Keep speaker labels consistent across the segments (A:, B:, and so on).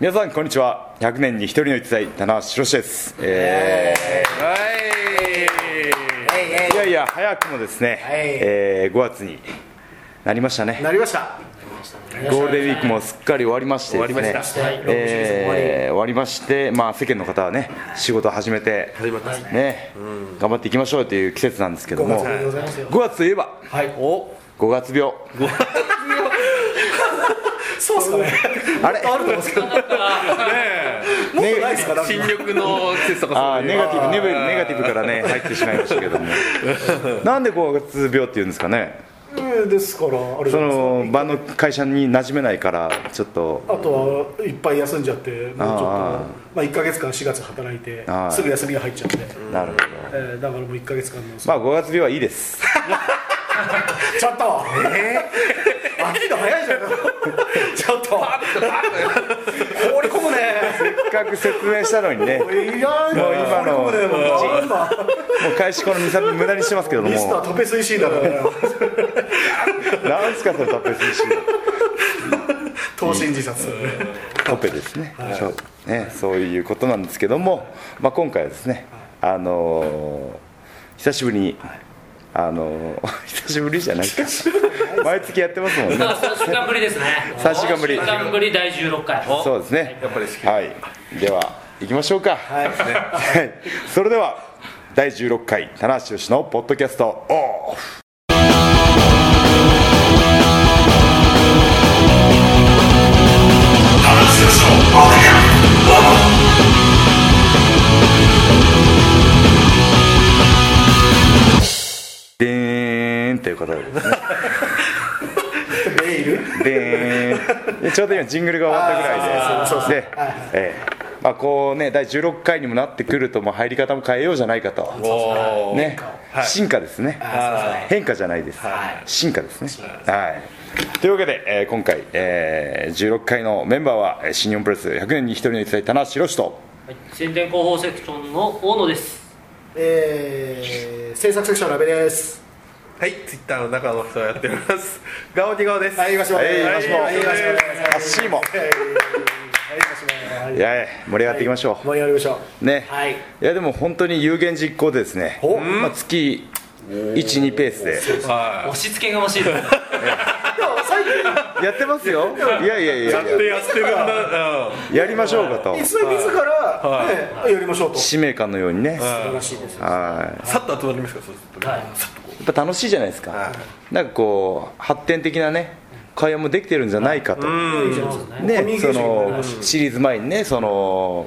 A: 皆さんこんにちは100年に一人の逸材棚橋宏です、えー
B: えいえ
A: い、いやいや早くもですね、えー5月になりましたね
C: なりました
A: ゴールデンウィークもすっかり終わりましてですね
C: 終わりました
B: はい
A: えー終わりまして、まあ、世間の方はね仕事を始めて
C: 始まったですね
A: ね、頑張っていきましょうという季節なんですけども
B: ありがとうございますよ
A: 5月といえば
B: はいお
A: 5月病
C: そうっすかね
A: あれ
C: あると思うんですけどねえもっとないですかなんか
D: 新緑の季節とか
A: あ
D: そ
A: あ
D: ういう
A: ネガティブネブネガティブからね入ってしまいましたけ どもなんで5月病っていうんですかね
C: うんですからあれじ
A: そ
C: ゃないですか
A: の場の会社に馴染めないからちょっと
C: あとはいっぱい休んじゃってもうちょっと
A: あ
C: まあ1か月間4月働いて
A: はい
C: すぐ休みが入っちゃって
A: なるほど
C: えーだからもう1か月間の
A: まあ5月病はいいです
C: ちょっと暑いの早い じゃんちょっと放り込むね
A: せっかく説明したのに ねもう
C: いや
A: もう今の
C: 放り込むねもう今
A: 開始この23分無駄にしてますけども
C: ミスター
A: な
C: トペスイシーだからね
A: んすかそれタッペスシ
C: 投身自殺
A: タッペですね,そう、ねそういうことなんですけども、まあ、今回はですねあのー久しぶりにあのー 久しぶりじゃないか毎月やってますもんね
E: 3週間ぶりですね
A: 三週間ぶり
E: 三週間ぶり第16回
A: そうですね。
D: やっぱり好き
A: はい。では行きましょうか。はい。それでは第16回棚橋氏のポッドキャストオフ。でーんということでですね。
C: メール
A: でーんでちょうど今ジングルが終わったぐらいででええまあこうね第16回にもなってくるともう入り方も変えようじゃないかと
D: おー
A: ね進化ですね変化じゃないです進化ですねはいというわけで、えー今回、えー16回のメンバーはえー新日本プロレス100年に一人の一代田中宏と
E: はい宣伝広報セクションの大野です
C: えー、制作セクションラベです。
D: はいツイッターの中の人をやっておりますガオニガオです
C: はい、行きましょう。
A: はい行きましょう
C: はい行きましょう。
A: あっしーも
C: はい
A: いやいや盛り上がっていきましょ
C: 盛り上がりましょ
A: うね
E: はい
A: いやでも本当に有言実行でですね
C: お
A: まあ月12ペースで
D: は
E: 押し付けがましいですね
C: う。最近、
A: やってますよいやいやいやいや
D: いでやってるんだうん
A: やりましょうかと
C: それ自ら、ね、やりましょうと。素
A: 使命感のようにね
C: 晴らしいです。
A: はい
D: さっと集まりますかそうすると
E: はい
A: やっぱ楽しいじゃないですかなんかこう発展的なね会話もできてるんじゃないかと
C: いいじゃないですかコミ
A: ね
C: ュニケ
A: そ
C: ーションにな
A: のシリーズ前にねその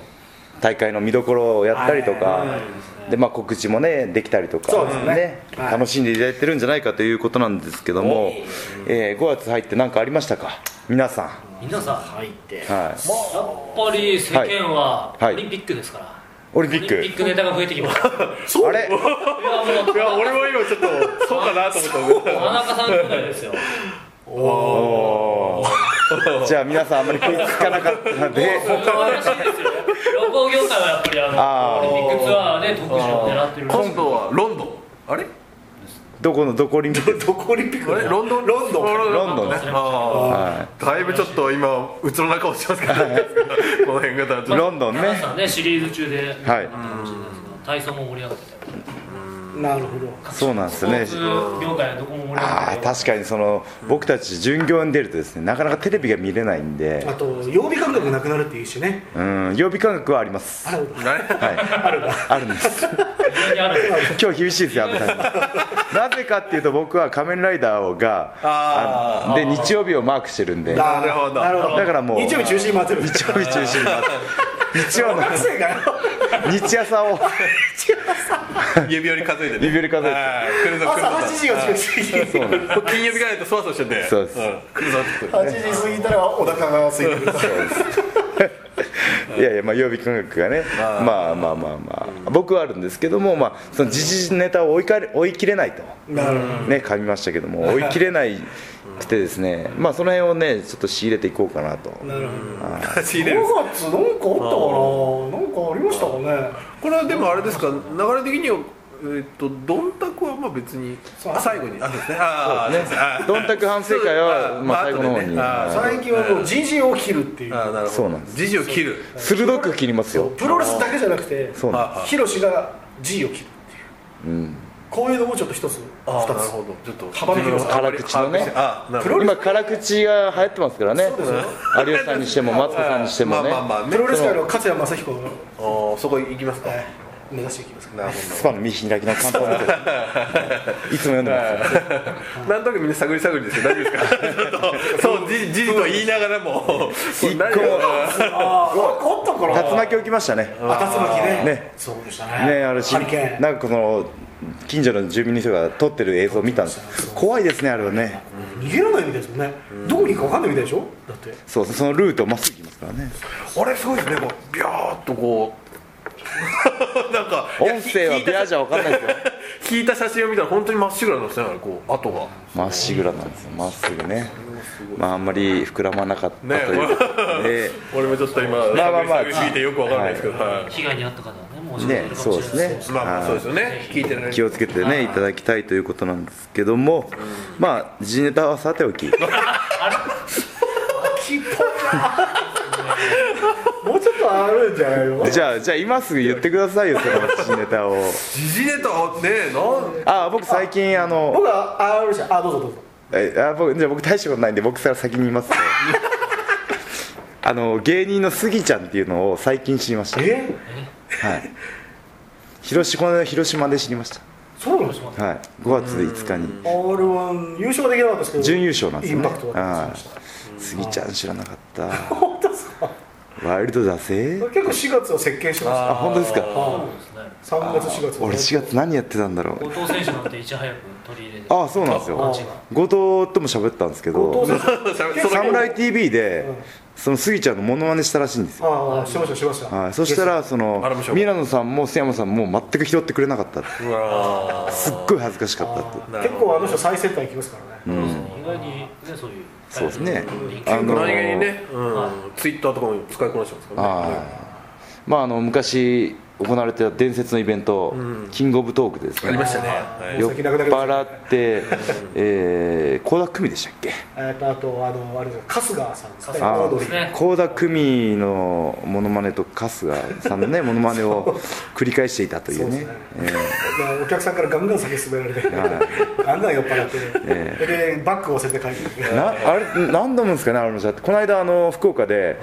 A: 大会の見どころをやったりとかでまあ告知もねできたりとか
C: そうですね
A: ね
C: はい
A: 楽しんでいただいてるんじゃないかということなんですけどもえー5月入って何かありましたか皆さん
E: 皆さん入ってやっ
A: はい
E: ぱり世間は
A: はい
E: オリンピックですから、
A: オリンピッ
E: オリンピ
A: ク
E: ックネタが増えて きますいや
A: あれ
E: もう
D: いや俺も今ちょっとそうかなと思った
E: 田中さんとかですよ
A: じゃあ皆さんあんまり食いつかなかったので
E: 可愛らしいですよ旅行業界はやっぱりあ
A: あー
E: のオリンピックツアーで特殊を狙ってるらしい
D: 今度はロンドンあれ
A: どこのどこオリンピック
C: どこオリンピック
D: あれロンドンロンドン
A: ロンドンね
D: あ
A: は
D: ーだいぶちょっと今うつろな顔してますけどこの辺がだ
A: いロンドン
E: 皆
A: ね
E: さんねシリーズ中で
A: はい
E: 体操も盛り上がってたり
C: なるほど。
A: そうなんですよね
E: スポーツ業界はどこも盛り上がって
A: ああ
E: る
A: 確かにその僕たち巡業に出るとですねなかなかテレビが見れないんで
C: あと、曜日感覚なくなるっていうしね。
A: うん曜日感覚はあります
C: あ
A: はい
C: ら、
A: あるんです
E: 非常にあるんです
A: 今日厳しいですよ安部さんなぜかっていうと僕は「仮面ライダーを」が
D: あ
A: あので日曜日をマークしてるんで
C: な
D: なるほど
C: なるほど。
A: だからもう
C: 日曜日中止に回ってる。
A: 日曜日中心になって日曜の
C: 学生がよ。
A: 日朝を
D: 指折り数えてね
A: 指折り数えて
D: はい来るぞ来る
C: 朝
D: ぞ
C: 8時が中止。
A: そうなんです
D: 金曜日ぐらいだとそわそわしてて
A: そうです
D: ん来るぞって来る
C: 8時過ぎたらお腹が空いてる。
A: いやいや、まあ、曜日感覚がね、まあまあまあまあ、僕はあるんですけども、まあ、その時事ネタを追いかれ追い切れないと、
C: なるほど。
A: ね、噛みましたけども、追い切れないくてですね、まあ、その辺をね、ちょっと仕入れていこうかなと、
C: なるほど。
D: 仕入れる
C: 5月なんかあったかななんかありましたかね
D: これはでもあれですか流れ的にはえーっとどんたくはまあ別に
C: そう
D: 最後にあそうですねあー
A: そうですねどんたく反省会は
D: そ
A: ま
D: う
A: あ
D: まあ
A: 最後の方に
D: 後でねあー
A: はい
C: 最近はもう人事を切るっていう
D: あーなるほど
A: そうなんです
D: 時事を切る
A: 鋭く切りますよ
C: プロレスだけじゃなくて
A: そうなんで
D: あ
C: ヒロシが G を切る
A: うん
C: こういうのもちょっと一つ
D: あー
C: 二
D: なる
C: つ
D: ほどちょっと
C: 幅の広さ
A: 辛口のね
D: あーなるほど
C: プロレス
A: 今辛口が流行ってますからね
C: そうですよ
A: 有吉さんにしてもマツコさんにしてもね
D: まあまあまあね
C: プロレス界の勝谷正彦をはい
D: あーそこ行きますか
C: 目指していきますか
D: なるほ
A: スパの見開きの看板 ですいつも読んでます
D: どなんとなくみんな探り探りですけど大丈夫ですか ちょっとそう時事と言いながら も
A: 一個も
C: ああったから
A: 竜巻起きましたね
C: あ竜巻ね
A: ね
C: そうでした
A: ね
C: ね
A: あるし
C: ハリケーン
A: なんかこの近所の住民の人が撮ってる映像を見たんです怖いですねあれはね
C: 逃げられないみたいですもんねどこに行くか分かんないみたいでしょだって
A: そうそのルートをまっすぐ行きますからね
D: あれすごいですねこうビャーっとこう なんかいや
A: 音声は
D: 聞い
A: ビア
D: た
A: じゃ分かんないですよ
D: 聞いた写真を見たら本当にまっしぐらなんですねあれこう跡が
A: まっしぐらなんですよまっすぐねまああんまり膨らまなかったと
D: ね
A: いうことで
D: 俺もちょっと今
A: まあまあまあ
D: 探り探りすぎてよくわからないですけど、はい
E: 被害に遭った方はね、もう
A: ねそうですね
D: まあまあそうですよね聞いてない
A: 気をつけてねいただきたいということなんですけどもまあ時事ネタはさてお き
C: きっぽいなもうちょっとあるんじゃないの
A: じゃあじゃあ今すぐ言ってくださいよその時事ネタを
D: 時事ネタねえなん
A: あ僕最近あの
C: 僕はあるじゃんあどうぞどうぞ
A: えあ僕じゃあ僕大したことないんで僕から先に言いますねあの芸人のスギちゃんっていうのを最近知りました
C: え
A: はい広島この間広島で知りまし
C: そうなんですか
A: たはい5月5日に
C: R1 優勝できなかったですけど
A: 準優勝なんですよね
C: インパクトがありました
A: スギちゃん知らなかった
C: 本当ですか
A: ワイルドだぜ
C: 結構4月を席巻してま
A: あ
C: し
A: 本当ですか
E: そうなんですね。
C: た3月4月
A: 俺4月何やってたんだろ
E: 後
A: う
E: 藤選手なんていち早く取り入れて。
A: ああそうなんですよ後藤とも喋ったんですけど
C: 後藤選手
D: それ
A: 「サムライ TV」で
C: うん
A: そのスギちゃんのモノマネしたらしいんですよ
C: ああしてましたしてました
A: はい、そしたらその
D: あれもしょうが
A: ミラノさんも須山さんも全く拾ってくれなかったって
D: うわー
A: すっごい恥ずかしかったって
D: なる
C: 結
D: ほど
C: 構あの人最先端行きますから
E: そ
C: ね
E: うですね意外にね、そういう。
A: そうですね
E: 人気
A: あの
D: 何気にね、うん、ツイッターとかも使いこなしてますからね
A: はいまああの昔行われてた伝説のイベント、キングオブトークでです
D: あり
A: ね
D: ましたね、はい
A: 酔っ払ってえー倖田來未でしたっけ
C: えっとあとあのあれです春日さんですね
E: 春
A: あ
C: オ
A: あ
C: ードリ
E: ですね
C: ー
A: 倖田來未のモノマネと春日さんのねモノマネを繰り返していたというね
C: そうですね お客さんからガンガン酒勧められてガンガン酔っ払ってでバッグを忘れて帰って
A: えーなあれ何度もですかねあのさこの間あの福岡で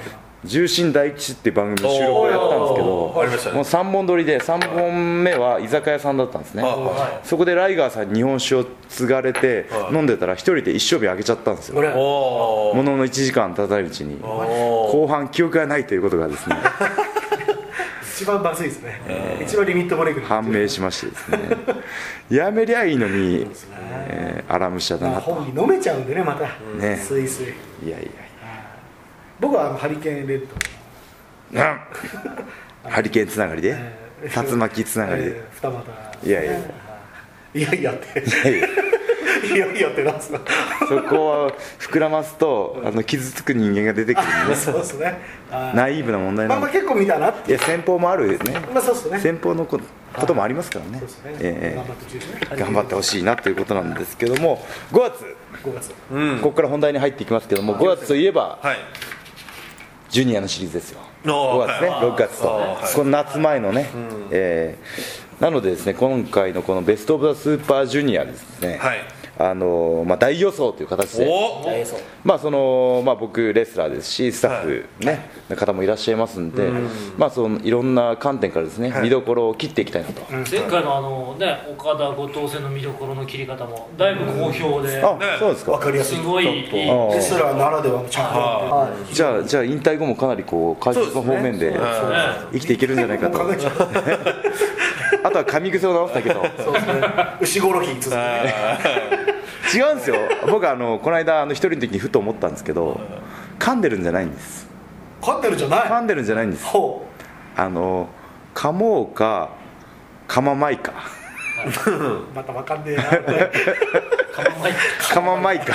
A: 重心大吉っていう番組の収録をやったんですけど
D: おーありましたね
A: もう3本撮りで3本目は居酒屋さんだったんですね
D: あは
A: そこでライガーさんに日本酒を継がれて
D: はい
A: 飲んでたら一人で一生日あげちゃったんですよ
C: 俺
D: お
A: も
D: お
A: のの1時間経たないうちに
D: お
A: 後半記憶がないということが ですね
C: 一番まずいですね一番リミットブレイク
A: 判明しましてですねやめりゃいいのに
C: すね、
A: えー、アラムシャだ
C: まあ
A: なと
C: 本人飲めちゃうんでねまた
A: ね
C: スイスイ
A: いやい
C: 僕はあのハリケーンレッド
A: やうんハリケーンつながりで
C: えー
A: 竜巻つながりで
C: えー二股
A: いやいやい
C: いやいやって
A: いやいや
C: いやいやってなんすか
A: そこは膨らますとあの傷つく人間が出てくるんでね
C: そうですねはい
A: ナイーブな問題な
C: まあ
A: ん
C: まあ
A: で
C: 結構見たなって
A: いや先方もあるよね
C: まあそうですねそう
A: 先方のここともありますからね
C: ですね
A: ええ
C: 頑張って中止ね
A: 頑張ってほしいなということなんですけども5月、
C: 5月
D: うん
A: ここから本題に入っていきますけども5月といえば
D: はい
A: ジュニアのシリーズですよ5
D: おー
A: 月ね
D: はい
A: 6月と
D: あーはい
A: この夏前のね、えーなのでですね今回のこのベスト・オブ・ザ・スーパージュニアですね、
D: はい
A: あのーまあ、大予想という形で
D: お
C: ええそう
A: まあそのまあ、僕、レスラーですしスタッフ、ねの方もいらっしゃいますんで、まあ、そのいろんな観点からですね、見どころを切っていきたいなと、
E: 前回のあのね、岡田後藤戦の見どころの切り方も、だいぶ好評で。
A: あ
D: ね
A: そうです
C: わ
A: か
C: かりやすい
E: すごいいい。
A: あー
C: レスラーならではのチャン
D: は
C: ピ
A: じゃあじゃあ引退後もかなりこう解説の方面で
D: は
A: 生きていけるんじゃないか
C: もう
A: と
C: 考えちゃう
A: あとは噛み癖を直すだけど
C: そうですね牛ゴロキ続く
A: 違うんですよ僕あのこの間あの一人の時にふと思ったんですけど噛んでるんじゃないんです
C: 勝ってるじゃない
A: 噛んでるんじゃないんです
C: ほ
A: あの噛もうか噛ままいか
C: うまたわかんねえな
E: かままい
A: 噛ままいか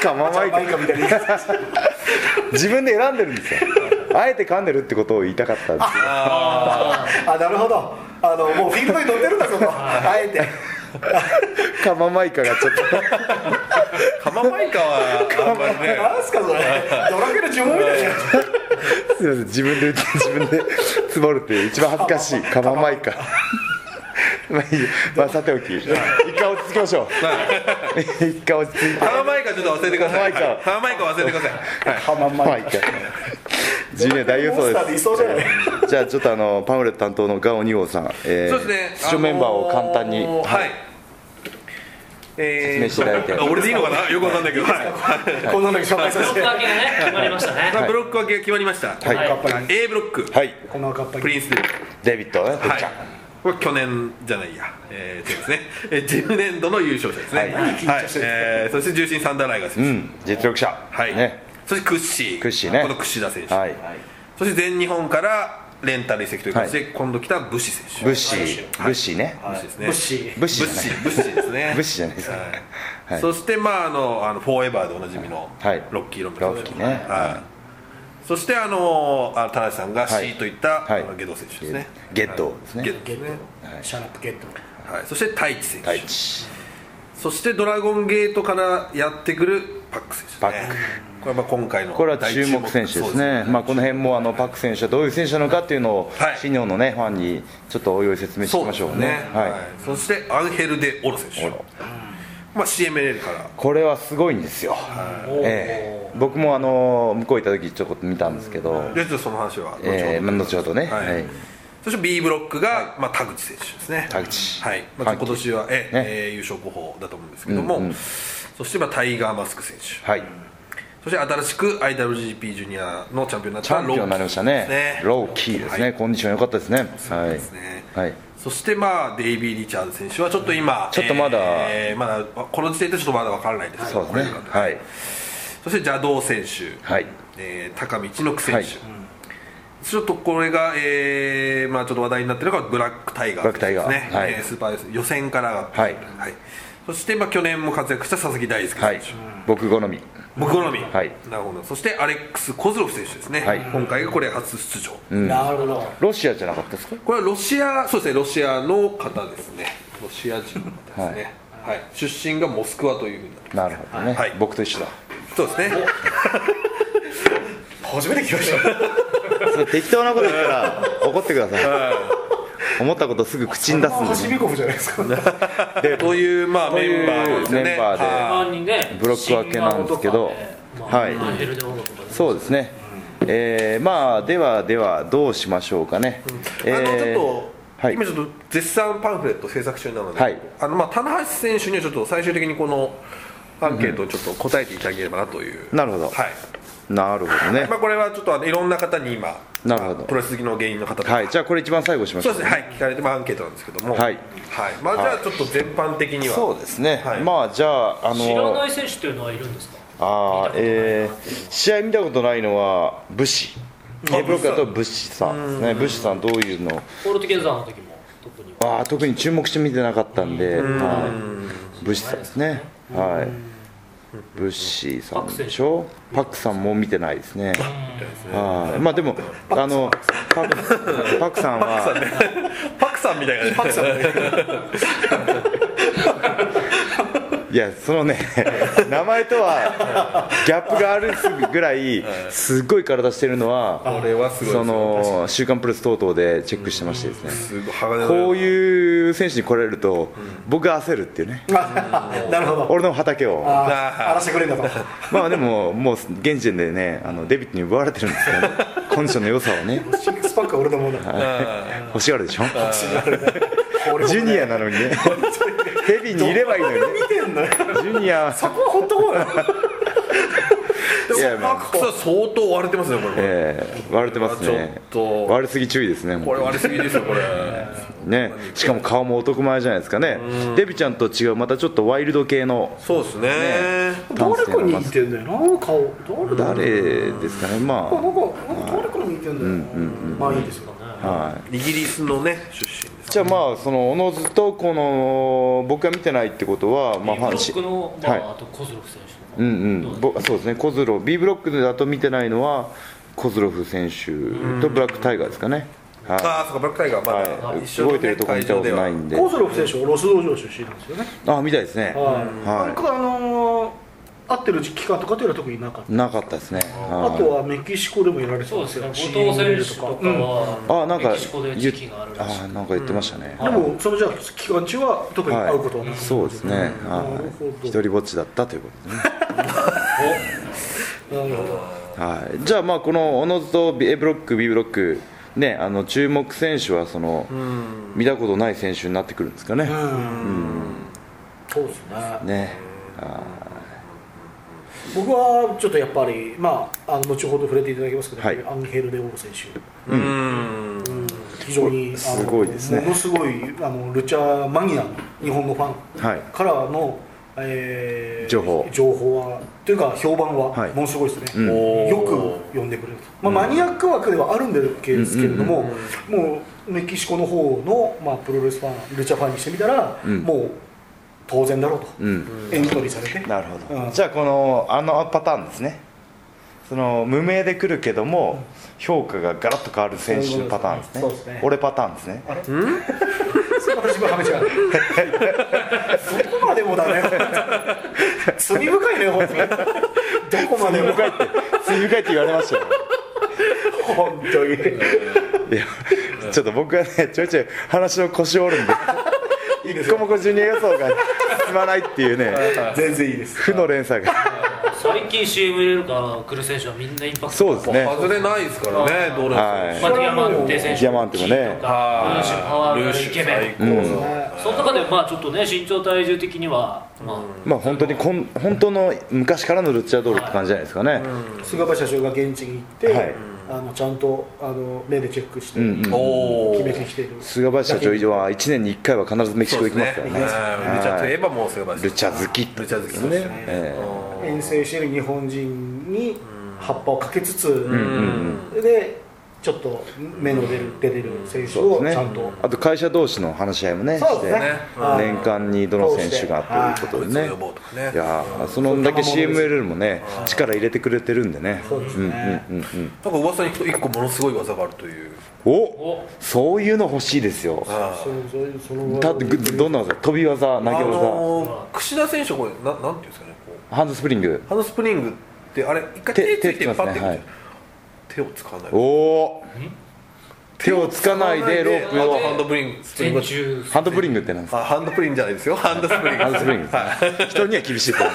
A: 噛ままい
C: マイ
A: か
C: カみたいな
A: 自分で選んでるんですよあえて噛んでるってことを言いたかったんですよ
D: あ
C: あなるほどあのもうフィールドに乗ってるんだそこあえて
A: カママイカがちょっ
D: 浜マイカはあんまりね
C: なんすかそれドラケル呪文みたいな
A: とすいません自分で自分でつぼるっていう一番恥ずかしいカママイカまあいいやまあさておき一回落ち着きましょう一回落ち着いて
D: 浜マイカちょっと忘れてください
A: 浜マイ
D: 浜マイカ忘れてください、はい、
A: カママイカジュニア大予
C: モン
A: 想
C: スターで
A: で
C: い
A: す
C: そうじゃない
A: じゃあちょっとあのパンフレット担当のガオ2号さん、えー、
D: そうですね
A: 出場メンバーを簡単に、
D: あのーはいえ
A: 説明していただいて
D: あ俺でいいのかなよくわかんないけど、はい
C: こんなのに紹介
E: ブ
C: さ
E: ロ
C: せ
E: ック
C: て
E: 分けがね決まりましたね
D: まあブロック分けが決まりました、
A: はい
E: はい
C: カッパギ
D: A ブロック、
A: はい
C: この赤っぱ
D: プリ
C: ぎ
D: ンスデビッド
A: デビットね、
D: はい、これ去年じゃないや、えー、違うですね、えー10年度の優勝者ですね、
A: はい
D: はい
C: 緊張してる
D: えーそして重心サンダーライガー選
A: う
D: 手、
A: ん実力者
D: はい
A: ね
D: そしてクッシー、
A: クッシーね
D: この櫛田選手、
A: はい
D: そして全日本からレンタル移籍という形で、
A: は
D: 今度来たブシ選手、
A: ブッ
D: シ
A: シーブッシーね
D: ブシですね、
C: 物資
A: ブッ
D: ブシ
A: シーじゃない
D: ブシですね
A: 、ブシじゃないですかはい
D: そして、まああのあのフォーエバーでおなじみの、
A: はい
D: ロッキーロン
A: ロッキーね
D: はい、そしてあのあ田中さんが C といった、
A: はい
D: あのゲド選手ですね、
A: ゲットですね
D: ゲドですね、
C: シャラップゲット
D: はい、そして太一選手、
A: 太一
D: そしてドラゴンゲートからやってくるパック選手、ね、
A: パック
D: これはまあ今回の
A: これは注目選手
D: 大
A: で
D: 注
A: すね、まあ、この辺もあのパク選手はどういう選手なのかっていうのを、
D: はい
A: 新日本の、ね、ファンにちょっとおいおい説明してい
D: そ
A: きま
D: うで
A: し
D: す
A: ょう
D: よ
A: ね
D: ね
A: は
D: はいい、そしてアンヘル・デ・オロ選手
A: オロ
D: まあ、CMLL から
A: これはすごいんですよ、
E: おー
A: ええ僕もあの向こう行った時ちょこっと見たんですけど、
D: ちょっとその話は後ほど、
A: ええまあ後ほどね、
D: はい
A: はい
D: そして B ブロックが、まあ、田口選手ですね
A: 田口
D: はいまあ、
A: はい
D: 今年は、え
A: ね
D: えー優勝候補だと思うんですけども、
A: うんうん
D: そして、まあ、タイガー・マスク選手
A: はい、
D: そして新しく IWGP ジュニアのチャンピオンになっ
A: チ
D: た
A: ャンピオンになりましたね、ローキーですね、
D: はい
A: コンディション良かったですね、はい
D: ですね
A: はい、
D: そしてまあデイビー・リチャーズ選手はちょっと今、
A: ちょっとまだ
D: えーまだこの時点でちょっとまだ分からないですけ
A: そ
D: ど、
A: う
D: こ
A: で
D: れ
A: すね
D: が、
A: はい、
D: そして邪道選手、
A: はい、
D: えー高見知之選手、
A: はい
D: ちょっとこれが、えーまあ、ちょっと話題になっているのがブラックタイガー選手ですね、
A: ブラックタイガーはい
D: えースーパーです予選から上がって
A: はい
D: そしてまあ去年も活躍した佐々木大輔
A: は
D: 選
A: い
D: 手、、
A: 僕好み、
D: 僕好み、
A: はい
D: なるほどそしてアレックス・コズロフ選手ですね、
A: はい
D: 今回がこれ初出場、
E: なるほど
A: ロシアじゃなかったですか、
D: これはロシアそうですねロシアの方ですねロシア人の方ですね、はい出身がモスクワというふうになって
A: なるほどね、
D: はい
A: 僕と一緒だ、
D: ますそうですね
C: 初めて聞きました
A: それ適当なこと言ったら怒ってください、思ったことすぐ口に出すんで
C: 橋
A: す
C: 美子夫じゃないですか
D: というまあ
A: という
D: メンバーですよね
A: メンバーで
D: は
E: 他にね
A: ブロック分けなんですけどは
E: はいいヘルデオロとかね
A: そうですね、えーまあではではどうしましょうかね、
D: いあの
A: えー
D: ちょっと、
A: はい
D: 今ちょっと絶賛パンフレット制作中なので、
A: はい
D: あのまあ棚橋選手にはちょっと最終的にこのアンケートをちょっと答えていただければなという、
A: なるほど
D: はい
A: なるほどね
D: まあ、これはちょっとあのいろんな方に今
A: なるほど
D: プロレス好きの原因の方とか、
A: はいじゃあこれ一番最後しまし
D: そ
A: ょ
D: う
A: う
D: ですね、はい、聞かれてもアンケートなんですけども、
A: はい
D: はいまあ、じゃあちょっと全般的には、
A: そうですね、
D: はい
A: まあじゃああ
E: 知らな
A: の
E: い選手っていうのはいるんですか
A: あー
E: 見たことない
A: えー試合見たことないのは武士 A ブロックだと武士さんですね武士さんどういうの
E: オールトゥゲザーの時も特に
A: あー特に注目して見てなかったんで、はい、ブシさんですね、はい、ブッシーさんでしょ、パックさんも見てないですね、はいまあでも、あのパクパクさんは、
D: パクさんみたいな、ね、パクさん
A: いや、そのね、名前とはギャップがあるぐらい、すっごい体してるのは、
D: これはすご
A: そ
D: いですよ
A: の週刊プロレス等々でチェックしてましてですね。
D: すごい鋼の
A: こう
D: う
A: いう選手に来られると、僕が焦るっていうね、
C: なるほど
A: 俺の畑を。
C: あー荒らしてくれんだと
A: まあでも、もう現時点でね、あのデビットに奪われてるんですけど、ね、コンディションの良さをね、
C: シックスパックは俺のものだ
A: 欲しがるでしょ、
C: 俺も
A: ジュニアなのにね、ヘビにいればいいのにね、
C: 見てんのよ
A: ジュニア、
C: そこはほっとこうよ
A: いやまあ
D: パクさん相当割れてますねこれ、
A: えー、割れてますね、
D: ちょっと
A: 割れすぎ注意ですね、
D: こ
A: も
D: れ割れすぎですよこれ
A: うね、しかも顔も男前じゃないですかね、デビちゃんと違う、またちょっとワイルド系の、
D: そうですね
C: 誰かに似てんだよな顔誰だ
A: 誰ですかね、ま
C: なんかなんか誰かに似てんだよなまあいいですよ
A: あ、はい。
D: イギリスのね出身です
A: じゃあまあそのおのずとこの僕が見てないってことはまあフ
E: ブロ
A: ァンし
E: ックのま
A: はい
E: ああとコズロフ選手とか
A: うんうん、ぼそうですね、コズロ、B ブロックだと見てないのは、コズロフ選手とブラックタイガーですかね、はい
D: ああそうかブラックタイガーはまだ
A: はい、
D: 一緒のね
A: 動いてるとこ見たことない
D: 会場では
A: んで
C: コーソロフ選手はロス道場出身なんですよね
A: あみたいですね
C: はい、
A: はい
C: なんかあのー会ってる期間とかというのは特になかった
A: なかったですね
C: あ
A: はい
C: とはメキシコでもやられてたん
E: そうで
C: で
E: すす
C: よ
E: ね、後
C: シー
E: 藤
C: ン入
E: 選
C: れ
E: 手とか
A: うんあ
E: は、
A: なんか
E: メキシコで時期があるらしい
A: あ。なんか言ってましたね、
C: うんでもそのじゃあ期間中は特に
A: はい
C: 会うことはなかった
A: そうですね、
C: んなる
A: は
C: ほど
A: い、一人ぼっちだったということですね、
C: なるほど
A: はい、じゃあまあこのおのずと A ブロック B ブロックねあの注目選手はその、見たことない選手になってくるんですかね、
C: そうですね
A: ねあ
C: 僕はちょっとやっぱりまああの後ほど触れていただきますけど、
A: はい
C: アンヘル・デ・オー選手
D: うんうん
C: 非常にあの
A: すごいですね
C: ものすごいあのルチャマニアの日本のファン
A: ーはい
C: からの、えー
A: 情報
C: 情報はというか評判は
A: はい
C: ものすごいです
A: うん
C: ね、
D: おー
C: よく呼んでくれると、まあ、マニアック枠ではあるんですけれども、もうメキシコの方の、まあ、プロレスファンルチャファンにしてみたら、
A: うん
C: もう当然だろうと、
A: うん
C: エントリーされて
A: なるほど、
C: うん
A: じゃあこのあのパターンですねその無名で来るけども評価がガラッと変わる選手のパターンですね
C: そうですね
A: 俺パターンですね
C: あれ私もはめちゃう どこまでもだね罪深いね 本当にどこまでも
A: 深いって罪深いって言われましたよ
C: 本当に
A: いやちょっと僕はねちょいちょい話の腰を折る んで
C: いいで
A: 一個もこうジュニア予想が進まないっていうね
C: 全然いいです
A: 負の連鎖が
E: 最近 CM 入れるから来る選手はみんなインパクト
A: そうですね
D: 外れないですからねどれ
A: はい
E: まあ、ディアマンテ選手
A: ディアマンテもね
E: キーとかルーシュパワーがあるイケメン
D: ン
A: うん
E: その中でまあちょっとね身長体重的には、まあ
A: まあ本当にこん本当の昔からのルチアドールって感じじゃないですかね
C: 菅林社長が現地に行って、
A: はい
C: あのちゃんとあの目でチェックして、
A: うんうん
D: おお
C: 決めてきている
A: 菅林社長以上は1年に1回は必ずメキシ
D: そう
A: コ
D: で
A: 行
D: す
A: き
D: ね
A: ますから
D: うん
A: ね
D: ルチャといえばもうそういえば
A: ルチャ好きって
D: ルチャ好き
A: ね
D: ですね
A: ええ
C: 遠征している日本人に葉っぱをかけつつ、
A: ん
C: でちょっと目の出る出てる選手
A: そう
C: を
A: です
C: ちゃ
A: ね
C: んと、
A: あと会社同士の話し合いもね
C: そうです
A: し
C: ね
A: て
C: はい
A: 年間にどの選手がということで
D: ね
A: ね
D: 予防とかね
A: いやーそのだけ CMLL もね力入れてくれてるんでね
C: そうですね
A: うんうんうんうん
D: なんか噂に聞くと一個ものすごい技があるという
A: お
E: お
A: そういうの欲しいですよ
D: あ
C: そうそうその
A: だってグどんな技飛び技投げ
D: ーあ
A: 技
D: のー櫛田選手これななんていうんですかねこう
A: ハンドスプリング
D: ハンドスプリングってあれ一回
A: 手
D: 手つ
A: 手
D: い
A: つき
D: て
A: ます
D: パッ
A: ね
D: て
A: はい
D: 手を使わない
A: おお手をつかないでロープ
D: あとハンド
A: を
D: ブリングスプリン
E: 全
D: グ
E: 中
A: ハンドプリングってなんですか
D: あハンドプリングじゃないですよハンドスプリング
A: ハンドスプリングです人には厳しいと思う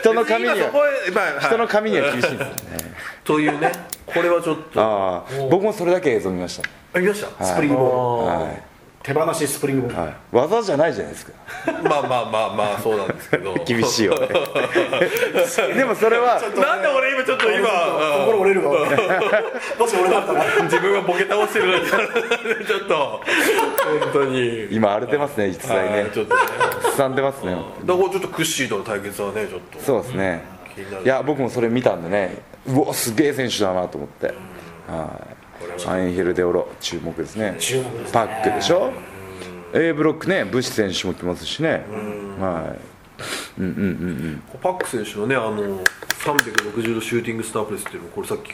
A: 人の髪に
D: 今そこ
A: は
D: へまあはい
A: 人の髪には厳しいんですよね
D: というねこれはちょっとあ
A: ああ僕もそれだけ映像見ました
D: 見ました
C: スプリングボール、
A: はい
C: 手放しスプリングボール、
A: はい、技じゃないじゃないですか
D: まあまあまあまあそうなんですけど
A: 厳しいよでもそれは
D: なんで俺今ちょっと今
C: 心折れるわもし俺だったら
D: うん自分がボケ倒してるのにちょっと本当に
A: 今荒れてますね実際
D: は
A: ね
D: いちょっとね
A: すさんでますね
D: だからちょっとクッシーとの対決はねちょっと
A: そうですね
D: 気になる
A: いや僕もそれ見たんでねうおすげえ選手だなと思ってはいアンヘル・デオロ注目ですね
C: 注目ですね
A: パックでしょ A ブロックねブシ選手も来ますしねはいうんうんうん
D: パック選手のねあの360度シューティングスタープレスっていうのこれさっき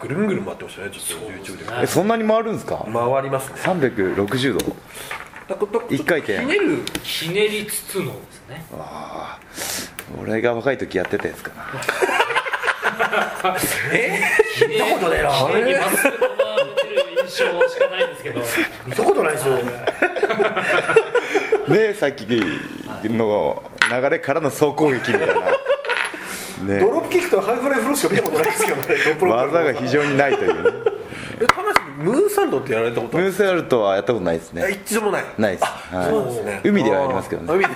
D: ぐるんぐるん回ってましたねちょっと YouTube で
A: うんえそんなに回るんですか
D: 回りますね
A: 360度
D: だからだから
A: 一回転
D: ひねる
E: ひねりつつのですね
A: 俺が若い時やってたやつかな
E: ひねり
C: ことねえな
E: ひねりまっすぐ見てる印象しかないんですけど
C: 見たことないですよ俺
A: ねさっきの流れからの総攻撃みたい な、
C: ド
A: ね、
C: ロップキックとハイフライフローしか見たことない ですけどね
A: 技が非常にないという、ね、
D: え田無君ムーンサンドってやられたこと
A: ムー
D: ある
A: ンサルトはやったことないです
D: いや
A: ね
D: 一度もない
A: ないです,、
D: あそうです
A: は
D: ね
A: い、海ではやりますけどね
D: 海で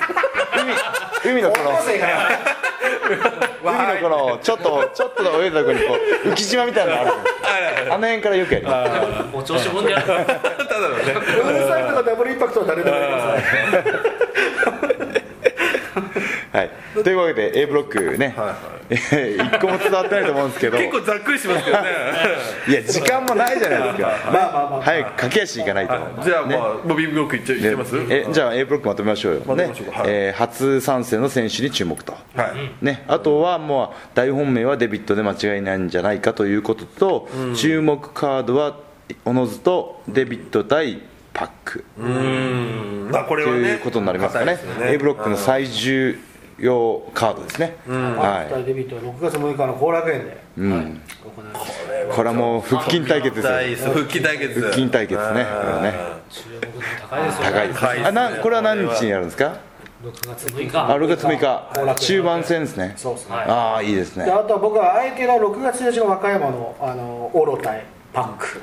A: 海海のこの
C: 高校生がやる
A: 海のこのちょっとちょっと泳いだとこにこう浮島みたいなのがあるあの辺からよくやります
E: お調子者である
D: ただのね
C: ブルーサイドがダブルインパクトは誰でもやりますね
A: はい、というわけで A ブロックね、一個も伝わってないと思うんですけど
D: 結構ざっくりしますけど ね
A: いや時間もないじゃないですか
C: まあまあまあ
A: 早く駆け足いかないと
D: じゃあまあボビーブロックいっちゃいっちゃいます
A: えじゃあ A ブロックまとめましょうよ、
D: まとめ
A: ね
D: ましょうかはい
A: えー初参戦の選手に注目と、
D: はい
A: ね、あとはもう大本命はデビットで間違いないんじゃないかということと、注目カードはおのずとデビット対パック
D: うんまあこ
A: と
D: れはね
A: いうことになりますかね
D: 硬いですよ
A: A ブロックの最重要カードですね、は
C: 対デビットは6月6日の後楽園で
A: い、うん、
C: 行われます
A: これはもう腹筋対決ですよ
D: 大復帰対決
A: 腹筋対決ねこれはね
E: 注目度高いですよ
A: 高いです
D: 高いです
A: あなこれは何日にやるんですか
E: 6月6日
A: あ6月6
C: 後楽園
A: 日中盤戦ですね
C: そうですね
E: はい
A: ああいいです
C: で
A: ね
C: あとは僕は相手が6月1日の和歌山のあのオロ対パック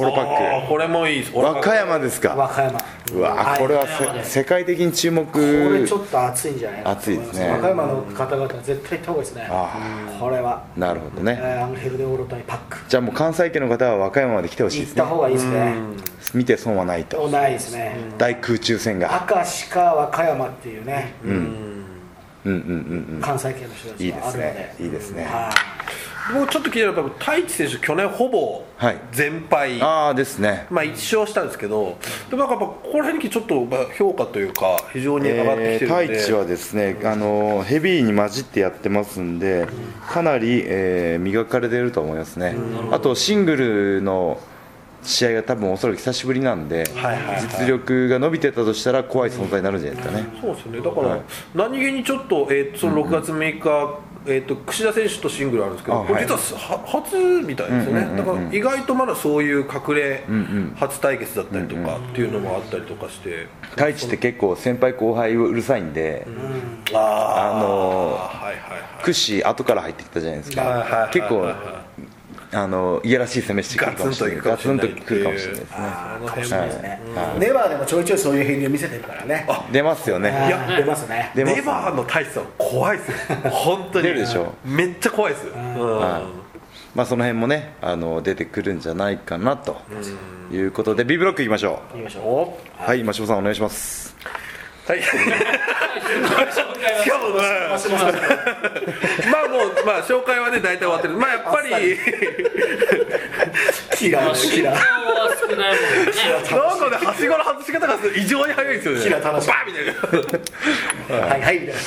A: オロパッ
D: あーこれもいいです
A: ク和歌山です
C: 和
A: か
C: 歌山
A: うわ
C: い
A: これは
E: 和歌山で
A: せ世界的に注目
C: これちょっと熱いんじゃないかなと
A: 熱い
C: 思
A: で
C: ます
A: ね
C: 和歌山の方々は絶対行った方がいいですね
A: あ
C: これは、
A: なるほど
C: え
A: ね
C: ーアンヘルでオロ対パック
A: じゃあもう関西圏の方は和歌山まで来てほしいで
C: 行っ
A: す
C: た
A: ね
C: 方がいいですね
A: 見て損はないと
C: ないですね
A: 大空中戦が
C: 明石か和歌山っていうね
A: うんうんうん
C: 関西圏の人
A: う
C: た
A: んい
C: ち
A: いで
C: があ
A: す
C: るの
A: ね
C: で
A: いいですね
C: は
D: もうちょっと気になるのは多分太一選手去年ほぼ
A: はい
D: 全敗、
A: ああですね
D: まあ1勝したんですけどでもなんかやっぱここら辺にちょっとまあ評価というか非常に上がってき
A: え
D: て
A: ー
D: るんで、
A: 太一はですねあのヘビーに混じってやってますんでかなり、えー磨かれてると思いますねあとシングルの試合が多分おそらく久しぶりなんで
D: いはいはい
A: 実力が伸びてたとしたら怖い存在になるんじゃないですかね
D: そうですよねだから、
A: はい
D: 何気にちょっと、えーその6月6日、えー、と櫛田選手とシングルあるんですけど、
A: あ
D: これ実
A: は
D: はは初みたいですよね、だから意外とまだそういう隠れ初対決だったりとかっていうのもあったりとかして、
A: 太一って結構先輩後輩うるさいんで
D: ああ
A: あのー
D: はいはいはい
A: 屈指後から入ってきたじゃないです
D: はいはいはいは
A: か
D: い
A: 結構あのいやらしい攻めしてくるかもしれない
D: ガ
A: ガ
D: ツ
A: ツ
D: ン
A: ン
D: と
A: と
D: い
A: く
D: く
A: る
D: か
A: か
D: も
A: も
D: し
A: し
D: れ
A: れ
D: な
A: ないい
D: っ
A: で
D: て
A: すね
C: いかも
D: いう
C: しれないですね
A: はい
C: ネバーでもちょいちょいそういう変流見せてるからね
A: 出ますよね
C: い
A: いや
C: や出ますね
A: 出ます
D: レバーの大差は怖いですよ 本当に
A: 出るでしょ
D: めっちゃ怖いですよ、うん
A: まあその辺もねあの出てくるんじゃないかなということで B ブロックいきましょ
C: 行きましょう
D: お
A: うはい真下さんお願いします
D: はい今日のねまあもうまあ紹介はね大体終わってるまあやっぱり
C: キラ
E: ま
C: ー
E: あ
C: キ
E: 身長
C: ラー
E: は少ないもんね
D: なんかねはしごの外し方が異常に早いんですよね
C: キラ楽しい
D: バーンみたい
C: はいはいみたいな
D: な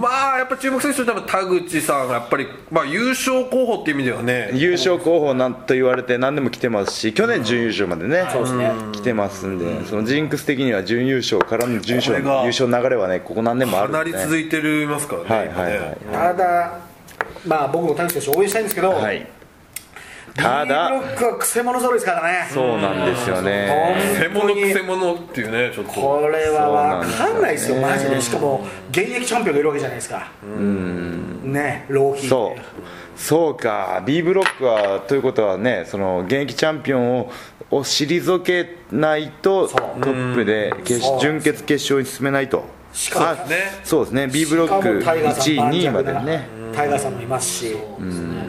D: まあやっぱ注目選手は多分田口さんがやっぱりまあ優勝候補っていう意味ではね
A: 優勝候補なんと言われて何でも来てますし去年準優勝までね
C: そうですね
A: 来てますんでそのジンクス的には準優勝からの準優勝
D: これが
A: 優勝の流れはねここ何年もあ
D: か
A: るんで
D: なり
A: ね
D: 続いてるますからね
A: はいはいはい
D: 今ね
C: ただまあ僕も田口選手応援したいんですけど
A: はいた
C: B ブ
A: だ
C: ロックはクセモノ揃いですからね
A: そうなんですよね
D: 専
C: 本当
D: 門の
C: に
D: くせ者っていうねちょっと
C: これは分かんないですよ
A: そうな
C: マ
A: んです
C: ジ
A: よね
C: でしかも現役チャンピオンがいるわけじゃないですかね浪費
A: そうそうか B ブロックはということはねその現役チャンピオンをを退けないとト
C: そう
A: ップで決
C: そう
A: 準決決勝に進めないと
C: しかも
A: あそうですね B ブロック
C: しかもタイガーさん
A: 1位2位まで
C: 盤石な
A: ね
C: タイガーさんもいますし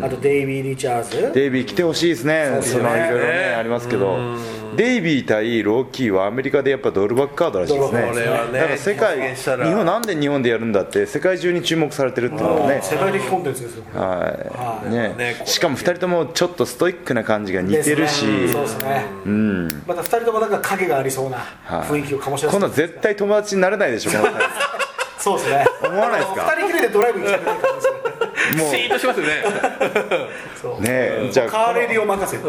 C: あとデイビー・リチャーズ
A: デイビー来てほしいですね
C: す
A: そ
C: よね
A: のいろいろねありますけどデイビー対ローキーはアメリカでやっぱドルバックカードらしいですね
C: ドルバックカ
D: ードね
A: だから世
D: 実
A: 界
D: 現し
A: 日
D: たら
A: 本なんで日本でやるんだって世界中に注目されてるっていうのはね
C: 世界的コンテンツですよ
A: はい
D: ね
A: ね
D: こ、れ
A: しかも2人ともちょっとストイックな感じが似てるし、
C: ですねそうですね
A: うん、
C: また2人ともなんか影がありそうな雰囲気を醸し出して
A: 今度は絶対友達になれないでしょ、この2
C: そうですね
A: 人思わないですか、
C: 2人きりでドライブ行きたくない感じですよね
A: も
D: シーンとしますよね
C: そう
A: うね、じゃ
C: カー
A: あ、
C: レディを任せて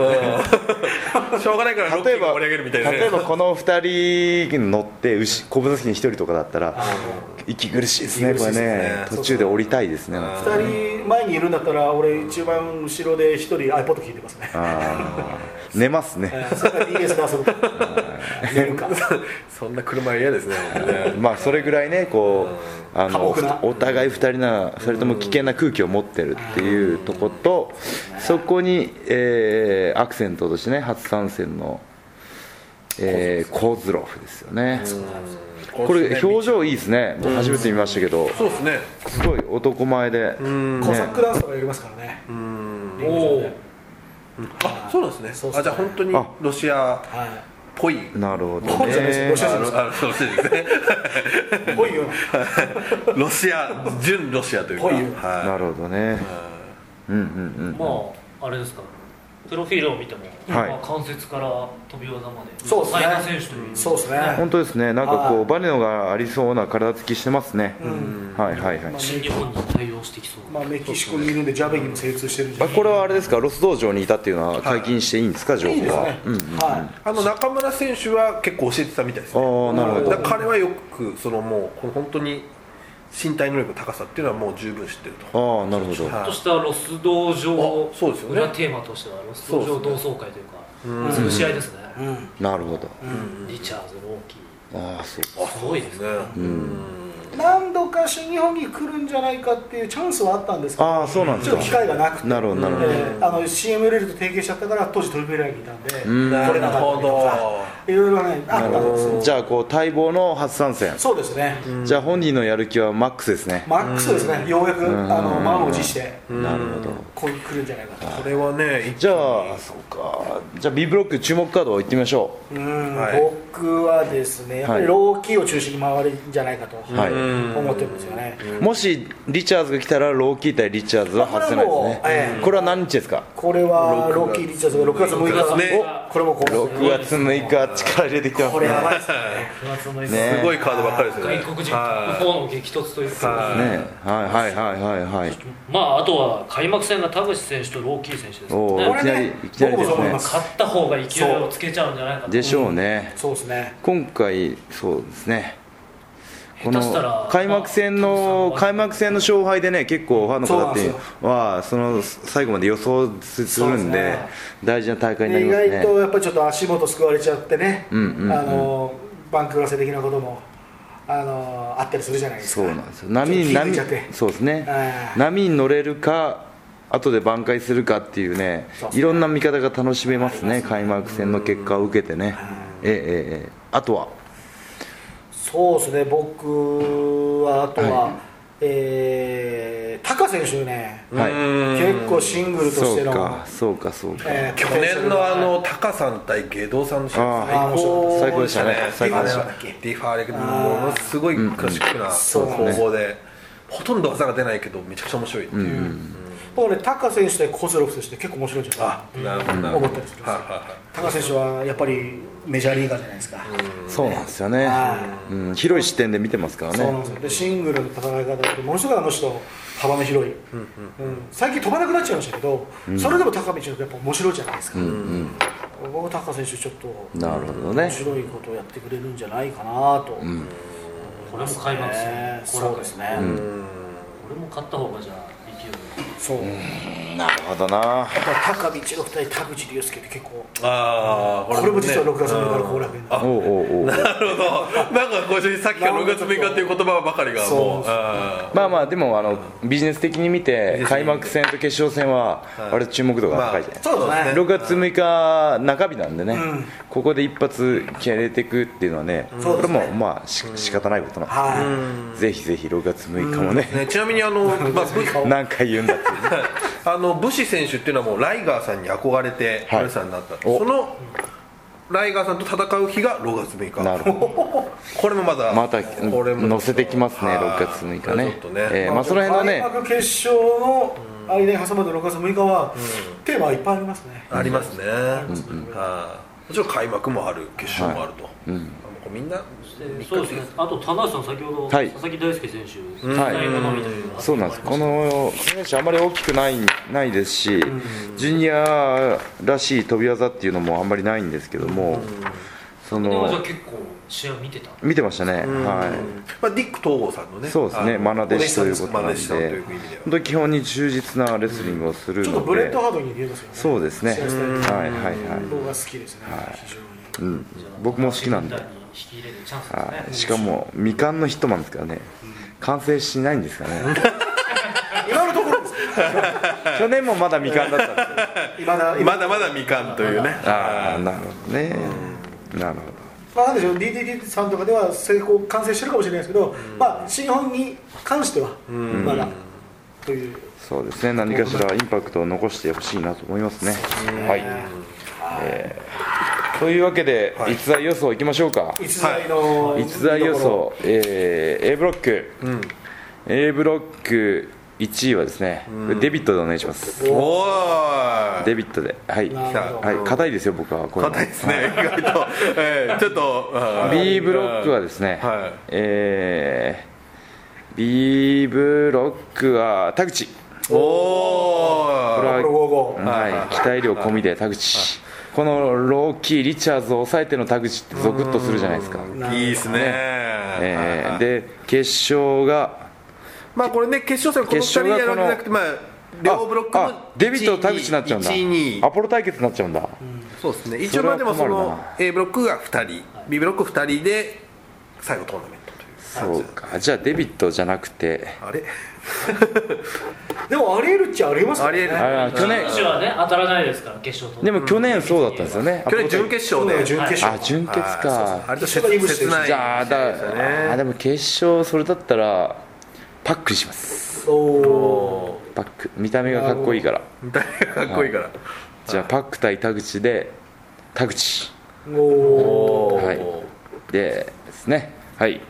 D: しょうがないからロッキ
A: 例え
D: ーが
A: ば、
D: 盛り上げるみたいなね
A: 例えばこの2人に乗って、牛後部座席に1人とかだったら、息苦しいですね、
C: 息
A: こ
C: 苦し
A: れ
C: いですね
A: ね、途中で降りたいですね、本当に
C: 2人前にいるんだったら俺一番後ろで1人 iPod 聞いてますね
A: あー寝ますね、
C: それから DS で遊ぶ 寝るか
D: そんな車嫌ですね本当ね
A: まあ、それぐらいね、こう、あの
C: 寡黙な
A: お互い2人な、2人とも危険な空気を持ってるっていうとこと、そこに、えーアクセントとしてね、初参戦の、えーコズロフですよね。これ表情いいですね、僕初めて見ましたけど、
D: そうですね
A: すごい男前で、
C: コサッ
A: ね、
C: クダンスとかやりますからね
E: おおー
D: あそうなんですね
C: そうっすね
D: あじゃあ本当に
A: あ
D: ロシアっ
C: は
D: ぽい
A: なるほど
C: こうじゃない
A: ね
C: で
D: あのあのロシアですね
C: いぽいよ
D: ロシア純ロシアというか
C: ぽいよ
D: は
A: なるほどね、うんうんうん、
E: まああれですかプロフィールを見ても、
A: はい
E: まあ、関節から飛び技まで
C: そうですね
E: 多彩な選手という
C: そうですね、
A: 本当ですねなんかこ
C: は
A: うバネのがありそうな体つきしてますね、はいはいはい、
E: 新日本に対応してきそう、
C: まあ、メキシコにいるんでジャベギも精通してるんじゃ
A: あ
C: ない
A: これはあれですかロス道場にいたっていうのは解禁していいんですか、情
C: いい
A: 報
C: です
A: は
C: ね、はい
D: あの中村選手は結構教えてたみたいですね
A: あーなるほど
D: だから彼はよくそのもうこの本当に身体能力の高さっていうのはもう十分知ってると
A: ああなるほど、
E: ちょっとしたロス道場を
D: あそうですよね
E: 裏テーマとしてはロス道場同窓会というか潰し合いですね、
A: なるほど、
E: リチャーズローキ
A: ああそう
E: ーすごいですね
C: 何度か新日本に来るんじゃないかっていうチャンスはあったんですけど
A: ああそうなんです
C: ちょ
A: か
C: っと機会がなくて
A: なるほどなるほど、
C: えーあの CM レールと提携しちゃったから当時トリプル A にいたんで
A: ん
C: 来れなかったりと
D: な
C: か
D: る
C: いろいろねあったんですよ
A: じゃあこう待望の初参戦、
C: そうですね
A: じゃあ本人のやる気はマックスですね、
C: マックスですねようやく
A: ん
C: あの満を持して
A: なるほど
C: こう来るんじゃないかと
D: これはね
A: じゃあそうかじゃあ B ブロック注目カードいってみましょ
C: うん
D: はい
C: 僕はですねやっぱりローキーを中心に回るんじゃないかと
A: う、は
D: う
A: い
D: ん
C: 思ってるんですよね
A: もしリチャーズが来たらローキー対リチャーズは外せないですね
C: これはもうええ
A: これは何日ですか
C: これはローキーリチャーズが6月
D: 六月
C: 6日
D: ね
C: おこれもこう
A: 6月6日力入れてきてます
C: こ
A: ね
C: れやばいですね
E: 9月の
A: ね
D: すごいカードばっかりですよね
E: 外国人
D: は
E: との激突というか、
D: は
A: ねはいはいはいはいはい
E: まああとは開幕戦が田口選手とローキー選手です
A: お
E: よ
A: おい
E: ね
A: きなりいきなりで
C: 僕もそう
A: す
C: 思い
A: ね
C: ます
E: 勝った方が勢いをつけちゃうんじゃないかと
A: でしょうね
C: そうですね
A: 今回そうですねこ
E: 下手したら
A: の開幕戦の
E: まあ
A: 開幕戦の勝敗でね結構ファンの方っていう
C: そうなんで
A: はその最後まで予想す
C: そう
A: る
C: で
A: ん
C: す
A: で
C: ね
A: 大事な大会にな
C: で
A: り
C: 意
A: ますね
C: 外とやっぱりちょっと足元すくわれちゃってね、
A: うんうんうん
C: あのバンクラせ的なこともあのあったりするじゃないです
A: そ
C: か
A: うなんですよ波に
C: ちょっと気
A: 波
C: づいちゃって
A: そうですね
C: あー
A: 波に乗れるか後で挽回するかっていうね
C: そうで
A: い
C: すね
A: ろんな見方が楽しめますね開幕戦の結果を受けてねええええええあとは
C: そうですね僕はあとは、
A: はい
C: えータカ選手ね、
A: は
D: う
A: い
D: ん
C: 結構シングルとし
A: そ
C: て
A: う
C: の
A: かそうかそうか
C: えー
D: 去年のあのタカさん対ゲドさんの試合
A: あ
C: ー
D: 最
A: 最高
D: 高で
A: で
D: し
A: したた
D: ね
A: ね
C: 最高でした
D: ディファーレクものすごいクラシックな
C: そ
D: 方
C: うなんです
D: 法でほとんど技が出ないけどめちゃくちゃ面白いっていう
C: もうねタカ選手とコズロフ選手って結構面白いんじゃない
D: あなるほどなる
C: 思
D: ほ
C: っ
D: ど
C: たりするんですよ
D: はいはいはい
C: タカ選手はやっぱりメジャーリーガーじゃないですか、
A: そうなんですよね
C: は、
A: うん、広い視点で見てますから
C: そうなんで
A: ね
C: すよでシングルの戦い方ってものすごいあの人幅の広い、うん最近飛ばなくなっちゃいましたけど、それでも高道のやっぱ面白いじゃないですか、僕は高選手ちょっと
A: なるほどね
C: 面白いことをやってくれるんじゃないかなと、
E: これも開幕戦、
C: ねそうですね、
E: これも勝った方がじゃあ勢いが
C: そうやっ
A: なるほどな
C: ぱ高道の二人田口竜介って結構
D: ああ
C: これも実は6月6日の後楽園
A: おうおうおう
D: なるほどなんかこうさっきから6月6日っていう言葉ばかりがも
C: そう
D: うあ
A: まあまあでもあのビジネス的に見て
D: ネス的に
A: 開幕戦と決勝戦は割と注目度
D: ー
A: が
D: ま
A: 高
D: あ
A: いじゃないですか
C: そうですね
A: 6月6日中日なんでね、
C: ん
A: ここで一発決めていくっていうのはね、
C: そう
A: こ
C: で
A: れ
C: すね
A: もまあし仕方ないことなんで
C: はい、
A: す、ぜひぜひ6月6日もね、
D: ねちなみにあのまあブ
A: 何回言うんだっていうね
D: あのブシ選手っていうのはもうライガーさんに憧れ
A: はい
D: てプロレスラーになった、
A: お
D: そのライガーさんと戦う日が6月6日
A: なるほ
D: これもまだ
A: また
D: これも
A: 乗せてきますね
D: はい
A: 6月6日ね
D: ちょっとね、
A: えーまあその辺のね
C: 開幕決勝の間に挟まれた6月6日は、テーマはいっぱいありますね、
D: ありますね、はいもちろん開幕もある決勝もあると、もうみんな
E: してそうですねあと田中さん先ほど、
A: はい
E: 佐々木大輔選手
A: ん
E: 最後のみたいな
A: そうなんですこの選手あまり大きくないないですし、ジュニアらしい飛び技っていうのもあんまりないんですけども、そ
E: でもじゃあ
A: の
E: 結構試合見てた
A: 見てましたね、はい。
D: まあ、ディック東郷さんのね
A: そうですね、マナ弟子ということなん
D: マナ弟子さんと
A: で
D: いう意味で、は
A: 本当に基本に忠実なレスリングをする
C: ちょっと
A: の
C: ブレッ
A: で
C: ド、ハードに似てますよね、
A: そうですね、はい
C: 試合スタイル
A: はいはい
C: 僕が好きですね、非常に。
A: うん、僕も好きなんで、
E: 引き入れるチャンスですね
A: はい、しかも未完のヒットマンですからね、完成しないんですかね、
C: 今のところです、
A: 去年もまだ未完だったんですよ、
C: 今だ、今
D: まだまだ未完というね
A: ああ、なるほどね、なるほど。
C: まあ、なんでしょう、DDT さんとかでは成功、完成してるかもしれないですけど、まあ、新日本に関しては、まだ、という、
A: そうですね何かしらインパクトを残してほしいなと思いますね。はい、えーというわけで、逸材予想いきましょうか。
C: 逸材の、
A: 逸材予想、えー A ブロック、A ブロック1位はですね、デビットでお願いします
D: おーい
A: デビットではい
C: なるほど
A: はい硬いですよ僕はこれ
D: 硬いですね意外と、えーちょっとあー
A: B ブロックはですね、
D: はい
A: えー B ブロックは田口
D: おお
A: これは
C: これ55、
A: はい、期待量込みで田口、このローキー、リチャーズを抑えての田口って、ゾクッとするじゃないですか、
D: いいですね
A: え
D: は
A: ー
D: い
A: で決勝が、
D: まあこれね決勝戦はこの2
A: 決
D: 人
A: 勝が
D: やるんじゃなくてまあ両ブロック
A: あ
D: も
A: あデビットと田口になっちゃうんだ、
D: 1 2
A: アポロ対決になっちゃうんだ、
D: そうですね一
A: そ
D: 応
A: れは
D: まあでもそ
A: 困る
D: の
A: な
D: A ブロックが2人 B ブロック2人で最後トーナメントと
A: そ
D: いう
A: うか、じゃあデビットじゃなくて、
D: あれ
C: でもありえるっちゃありえますからね
D: ありえる
A: あ去年
E: 選手はね当たらないですから決勝と
A: でも去年そうだったんですよね、
D: 去年準決
C: 今度
D: 勝で
C: は準決勝
A: あ準決
D: あ
A: か、
D: あれと切切ない
A: じゃあ、だ
D: そうですね
A: あーでも決勝、それだったら、パックにします、
C: おー
A: パック、見た目がかっこいいから、
D: 誰がかっこいいから
A: じゃあ、パック対田口で、田口。
C: おー
D: おー
A: はいでですねはい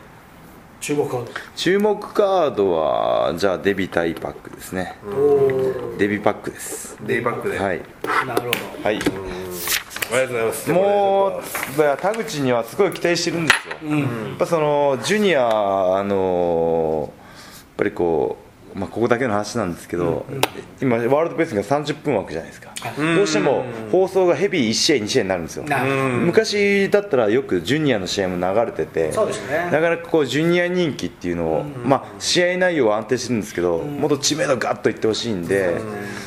C: 注目カー
A: 注目カードはじゃあデビ対パックですね
C: ドお
A: デビパックです
D: デイバックで
A: はい
C: ーなるほど
A: はい
D: ありがとうございます
A: もうだから田口にはすごい期待してるんですよ、やっぱそのジュニアあのやっぱりこうまあ、ここだけの話なんですけど、今、ワールドベースが30分枠じゃないですか、どうしても放送がヘビー1試合、2試合になるんですよ、
C: なるほど
A: 昔だったらよくジュニアの試合も流れてて、
C: そうですね
A: なかなかこうジュニア人気っていうのを、まあ、試合内容は安定してるんですけど、もっと知名度ガッといってほしいんで、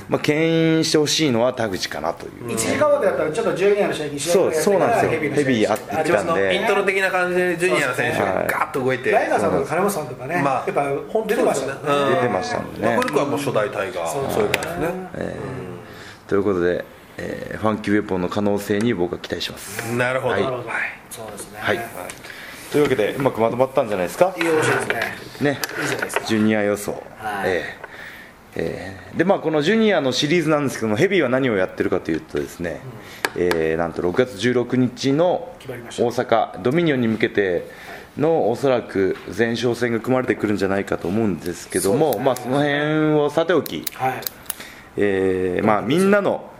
A: まあ、牽引してほしいのは田口かなという、
C: 1時間枠だったらちょっとジュニアの試合に試合
A: そうそうなんですよ
C: の試合
A: ヘビーあって
C: 味
A: き
C: わ
A: た
C: っ
A: ん
D: その
A: で
D: イントロ的な感じでジュニアの選手がガーッと動いて
C: ライナーさんとか金本さんとかね、
D: まあ
C: やっぱ本出てましたもんね
D: うん
A: 出てましたもんね。
D: マクルクはもう初代タイガーそういう感じですね
A: ということで、えーファンキーウェポンの可能性に僕は期待します。
D: なるほど、
A: はい
E: なるほど
C: そうですね
A: はいというわけでうまくまとまったんじゃないですか
C: い、よろしいですね
A: ね、
C: いいじゃないですか
A: ジュニア予想、
C: はい
A: えーえーでまあ、このジュニアのシリーズなんですけどもヘビーは何をやってるかというとですね、えーなんと6月16日の
C: 決ま
A: 大
C: りました
A: 阪ドミニオンに向けてのおそらく前哨戦が組まれてくるんじゃないかと思うんですけどもまあ、その辺をさておき、
C: はい
A: えーまあ、みんなの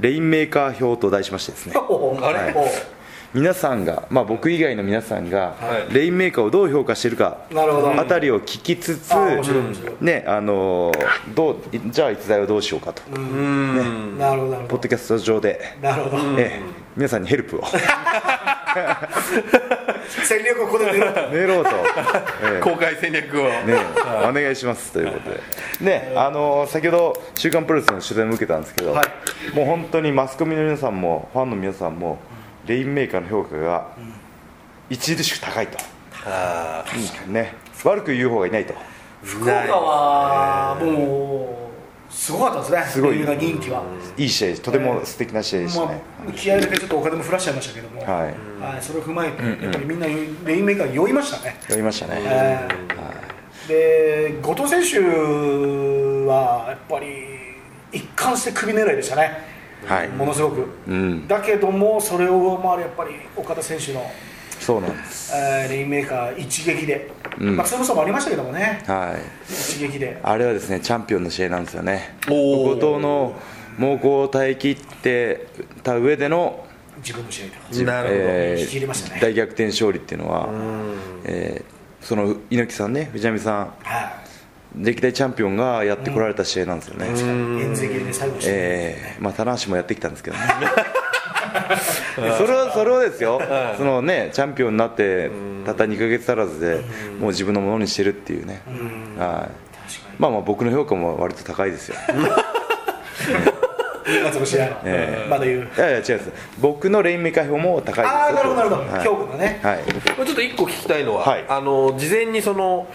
A: レインメーカー表と題しましてですね
C: おおあれお
A: 皆さんが、まあ、僕以外の皆さんが、
D: はい
A: レインメーカーをどう評価してるか
C: なるほど
A: あたりを聞きつつ、
C: あ面白い面白い
A: ねあのーどういじゃあ逸材をどうしようかと、
D: うん、
C: なるほどなる
A: ポ
C: ほ
A: ッドキャスト上で、
C: どなるほど
A: ええ皆さんにヘル プを
C: 戦略をここで狙う
A: メールをと、え
D: 公開戦略 を、
A: えねお願いしますということで、ねあのー先ほど「週刊プロレス」の取材も受けたんですけど、
C: はい
A: もう本当にマスコミの皆さんもファンの皆さんもレインメーカーの評価が著しく高いと、
D: あー
A: ね、悪く言う方がいないと。
C: 福岡はもうすごかったですね
A: すごい
C: レインメーカー人気はい
A: い試合とても素敵な試合でしたね、
C: まあ、気合だけちょっとお金も降らしちゃいましたけども、
A: はい
C: はいそれを踏まえて、やっぱりみんなレインメーカーに酔いましたね、
A: やりましたね、
C: えーで後藤選手はやっぱり一貫して首狙いでしたね、
A: はい
C: ものすごく、
A: ん
C: だけどもそれを上回るやっぱり岡田選手の、
A: そうなんです
C: えーレインメーカー一撃で、
A: ん
C: まあ、それこそもありましたけどもね
A: はい
C: 一撃で
A: あれはですねチャンピオンの試合なんですよね後
D: おー
A: 藤の猛攻を耐え切ってた上での、
C: 自分の試合だ
D: なるほど、
A: えー
C: 引き入れましたね
A: 大逆転勝利っていうのは、えーその猪木さんね藤波さん
C: は
A: 歴代チャンピオンがやってこられた試合なんですよね、
C: い、遠征切りで最後の試合、
A: えーまあ、棚橋もやってきたんですけどね それはそれはですよ、そのね、チャンピオンになってたった2か月足らずで、もう自分のものにしてるっていうね、はい
C: 確かに
A: まあまあ、僕の評価も割と高いですよ、
C: 2月の試合、
A: え
C: まだ言う
A: いやいや、違います、僕のレインメーカー票も高いですよ、
C: ああなるほどなるほど、
A: はい
C: 今日のね、
A: はい、
D: まあちょっと一個聞きたいのは、
A: はい
D: あの事前にその、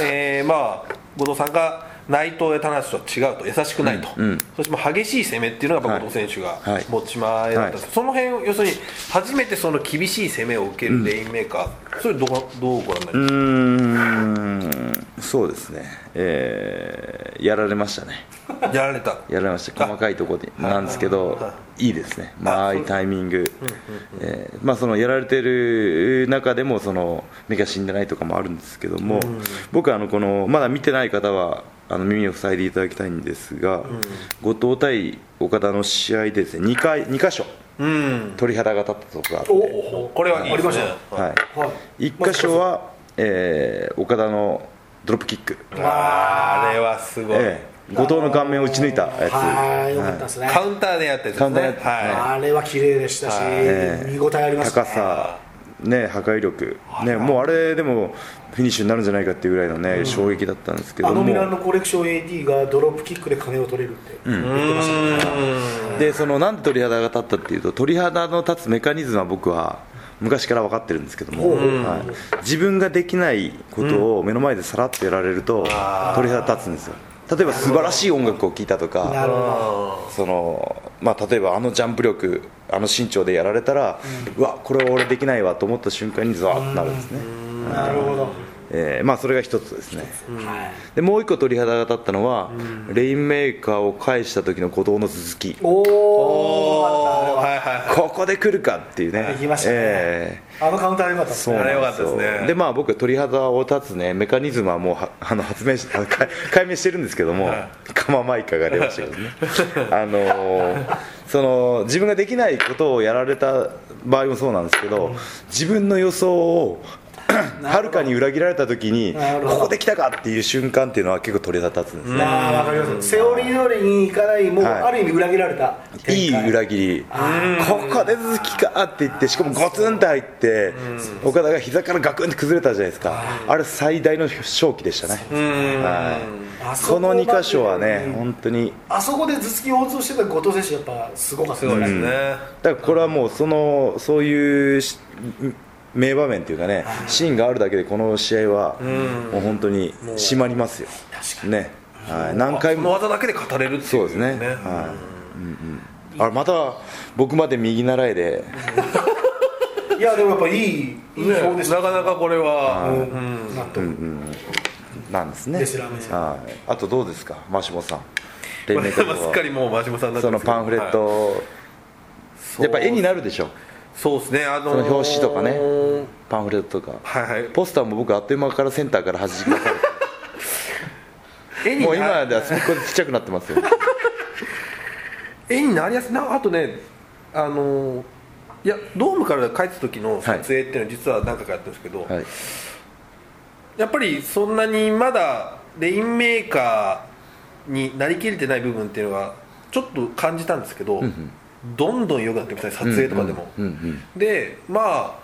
D: えーまあ後藤さんが内藤や田中とは違うと優しくないと、そしてもう激しい攻めっていうのがやっぱ後藤選手が
A: はい
D: 持ち前だったんです、
A: は
D: その辺を要するに初めてその厳しい攻めを受けるレインメーカー、それどこどうご覧になり
A: う
D: ま
A: ーん、そうですね、えーやられましたね。
D: すやられた
A: やられました細かいところでなんですけど
D: はい
A: いですね、まあ、ああいうタイミング、えーまあ、そのやられてる中でもその目が死んでないとかもあるんですけども、僕はあのこのまだ見てない方はああの耳を塞いでいただきたいんですが、後藤対岡田の試合でですね2回2箇所
D: うん
A: 鳥肌が立ったところがあって
C: お
D: おこれはいい
C: あり
D: です
C: ま
D: ね
C: した
A: は
C: はい
A: い、1箇所は、えー岡田のドロップキック、
D: あーあれはすごい、
A: ええ後藤の顔面を打ち抜いたやつ、
C: はいよかったですね、
D: カウンターでやったやつ
A: カ
D: で
A: ウ
D: す
A: ン
D: ね
A: ターでやった
D: は
C: あれは綺麗でしたし、
A: ええ
C: 見応えありました
A: 高
C: ね
A: さ、ね、破壊力、ね、もうあれでもフィニッシュになるんじゃないかっていうぐらいの、ね衝撃だったんですけど
C: あ
A: も
C: のミランのコレクション AD がドロップキックで金を取れるって言ってましたね、
A: でそのなんで鳥肌が立ったっていうと鳥肌の立つメカニズムは僕は昔から分かってるんですけども、
C: ほうほう
A: はい、自分ができないことを目の前でさらっとやられると鳥肌立つんですよ例えば素晴らしい音楽を聴いたと
C: な
A: か
C: るほど
A: その、まあ、例えばあのジャンプ力あの身長でやられたら、うわこれは俺できないわと思った瞬間にザーッとなるんですね、
C: なるほど、
A: えーまあ、それが一つですね
C: はい
A: でもう一個鳥肌が立ったのは、レインメーカーを返した時の後藤の続き
C: おお
D: いはいはい
A: ここで来るかっていうね
C: できましたね
A: ええ
C: あのカウンター良かったです
A: そう
C: ね
A: なん
D: あれ良かったですね
A: でまあ僕は鳥肌を立つねメカニズムはもうは あの発明しあ解解明してるんですけども、カママイカが出ましたけどねあのーその自分ができないことをやられた場合もそうなんですけど自分の予想をはるかに裏切られた時に
C: なるほど
A: ここで来たかっていう瞬間っていうのは結構鳥肌立つんですね
C: ああわかりますセオリー通りにいかないもう、
A: はい
C: ある意味裏切られた展開
A: いい裏切りここで続きかって言ってしかもゴツンと入って岡田が膝からガクンって崩れたじゃないですかあれ最大の勝機でしたねはい
C: あそ
A: この
C: まで
A: 2箇所はね
C: うん
A: 本当に
C: あそこで頭突きを応答してた後藤選手やっぱすごかった
D: すごいですね、
A: だからこれはもうそのそういうし名場面というかねシーンがあるだけでこの試合はもう本当に締まりますよねはい何回
D: こ
A: も
D: の技だけで語れるっていう
A: そうですね。はい。うんうん。あれまた僕まで右習いで、
C: いやでもやっぱいいいい
D: ね
C: 表でした、
D: なかなかこれは、
C: う
D: うん
C: ん、納得、
A: なんですね。
C: ですラーメンさん
A: はい。あとどうですか、マシモさん。レイメーカーズは
D: すっかりもう真島さんになって
A: そ
D: ま
A: の
D: すけど
A: パンフレット、
D: はい
A: やっぱ絵になるでしょ。
D: そうですねあの
A: その
D: ー
A: 表紙とかね、パンフレットとか。
D: はいはい
A: ポスターも僕あっという間からセンターから弾き出され
D: 絵
A: て、
D: に
A: もう
D: な
A: 今ではすっごいちっちゃくなってますよ。
D: 絵になりやすいなあとねあのーいやドームから帰った時の撮影っていうのは実は何回かやってるんですけど、
A: はい。
D: やっぱりそんなにまだレインメーカーになりきれてない部分っていうのはちょっと感じたんですけど、どんどん良くなってきたね撮影とかでも、
A: うんうん
D: で、まあ、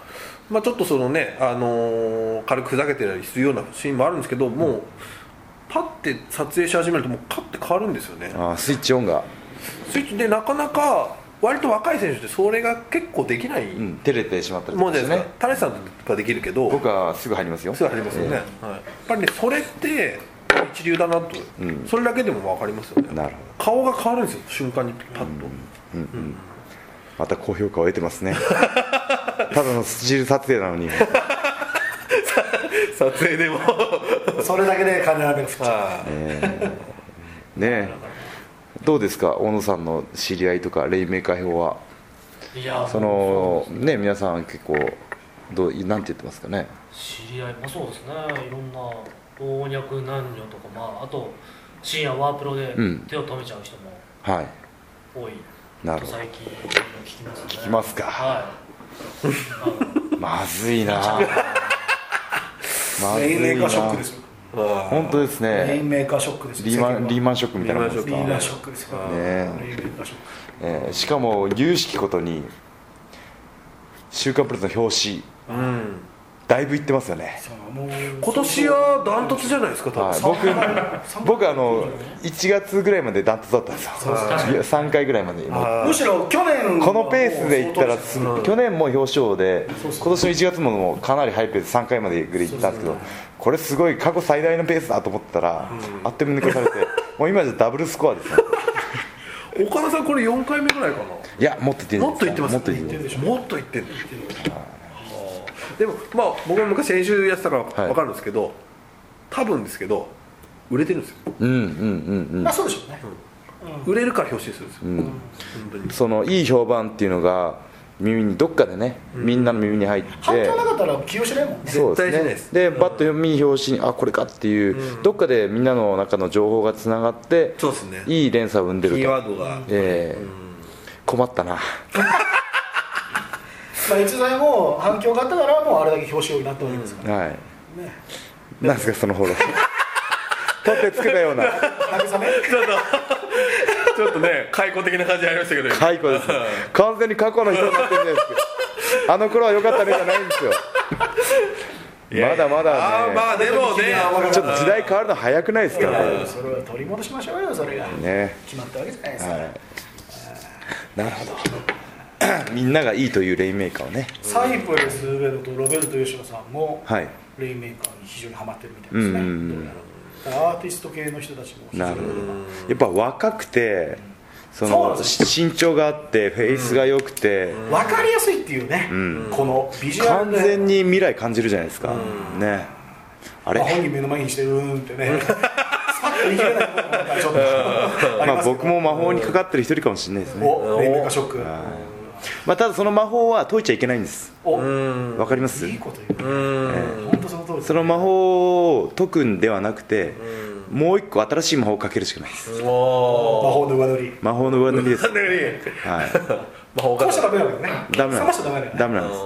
D: まあちょっとそのね、あのー軽くふざけてたりするようなシーンもあるんですけどもう、パッて撮影し始めるともうカッて変わるんですよね
A: あースイッチオンが、
D: スイッチでなかなか割と若い選手ってそれが結構できない
A: うん、照れてしまったりと
D: もん
A: か
D: じ
A: して
D: ゃない
A: ね
D: ですか、。タレさんとかできるけど
A: 僕はすぐ入りますよ。
D: すぐ入りますよね、はい、やっぱりねそれって一流だなと、それだけでも分かりますよね
A: なるほど
D: 顔が変わるんですよ瞬間にパッと、
A: また高評価を得てますねただのスチール撮影なのに
D: 撮影 でも
C: それだけで金ラーメン振っちゃう
D: は
A: ね
D: い
A: えどうですか大野さんの知り合いとかレインメーカー表はい
E: や
A: そのね皆さん結構どうなんて言ってますかね
E: 知り合いもそうですねいろんな老若男女とかまああと深夜ワープロで
A: うん
E: 手を止めちゃう人も
A: はい
E: 多い
A: なる
E: と
A: ほど
E: 最近聞きますね聞
A: きますか
E: はい
A: まずいなまず
C: レインメ
A: い
C: ーカ
A: な
C: ーショックですよ
D: あ
A: 本当です
C: レイン
A: ね
C: メーカーショックですよ
A: リーマンリー
C: 世間は
A: マンショックみたいなもんです
D: リ
A: か
D: ー
C: リーマンショックですよ
A: ねえ
C: レインメーカーショック
A: えーしかも有識ことに「週刊プレス」の表紙
D: ーうん
A: だいぶいってますよね
C: さあもう
D: 今年はダントツじゃないですか多分、
A: はい、
D: そう
A: 僕僕あの1月ぐらいまでダントツだったんですよ3回ぐらいまでもう
C: むしろ去年は
A: このペースでいったらす
C: もう相
A: 去
C: 当
A: 年も表彰で
C: そ
A: 今
C: うそう
A: 年の1月ももうかなりハイペース3回までぐらいいったんですけどこれすごい過去最大のペースだと思ったらあっという間に抜かされてもう今じゃダブルスコア ですね
D: 岡田さんこれ4回目ぐらいか
A: いやもっといって
D: な
A: る
D: もっと言ってます
A: もっといってる
D: でしょもっと言ってんのあーでもまあ僕も昔練習やってたから分かるんですけど、多分ですけど売れてるんですよ
A: うんうんうん
C: まあそうでしょうね
D: 売れるから表紙にするんですよ、
A: うんうん
D: 本当に
A: そのいい評判っていうのが耳にどっかでね、みんなの耳に入って
C: 反響なかったら起用しないもんね
A: そう
D: 絶対しない
A: で
D: ですす
A: ねでバッと読み表紙にあこれかっていう、どっかでみんなの中の情報がつながって
D: そうですね
A: いい連鎖を生んで
D: キ
A: ると
D: ーワードが
A: ええ困ったな
C: まあ、逸材も反響があったからもうあれだけ表紙になったわけですか
A: はい、なんですかその フォロー取ってつけたような
C: ら、 慰め
D: ちょっとちょっとね開口的な感じありましたけど
A: 解雇ですね完全に過去の人になってるじゃないですかあの頃は良かったねじゃないんですよ
D: いや
A: ま
D: いや
A: だまだ
D: あ
A: ね
D: ーまあでもね
A: ちょっと時代変わるの早くないです
C: い
A: かこ
C: やそれは取り戻しましょうよそれが、
A: れね
C: 決まったわけじゃないですか、
A: なるほど みんながいいというレインメーカーをね
C: サイプレスウェルトロベルト吉野さんも、
A: はい
C: レインメーカーに非常にハマってるみたいですね、
A: うんうんうん
C: どうやらだからアーティスト系の人たちも
A: なるほど
C: そういうのが
A: やっぱ若くてそ
C: そうな
A: の
C: んです
A: 身長があってフェイスが良くて、
C: 分かりやすいっていうね、このビジュア
A: 完
C: ルで
A: 全に未来感じるじゃないですか、ねあれ
C: まあ本人目の前にしてうーんってね さっと言い切れないことがちょっとあり
A: ま
C: ま
A: あ、
C: すけど
A: 僕も魔法にかかってる一人かもしれないですね、
C: おレインメーカーショック
A: まあ、ただその魔法は解いちゃいけないんです
C: お
A: わかります
C: いいこと言う
D: う
C: ね
D: ん
C: 本当その通りです
A: その魔法を解くんではなくてもう一個新しい魔法をかけるしかないです
D: も
C: 魔法の上塗り
A: 魔法の上塗 りです
D: う
A: はい
D: 魔
C: こ
D: 法が
C: うしちゃダメなんだよね
A: ダメなんで
C: 冷まし
A: す
C: ちゃダメだよね
A: ダメなんです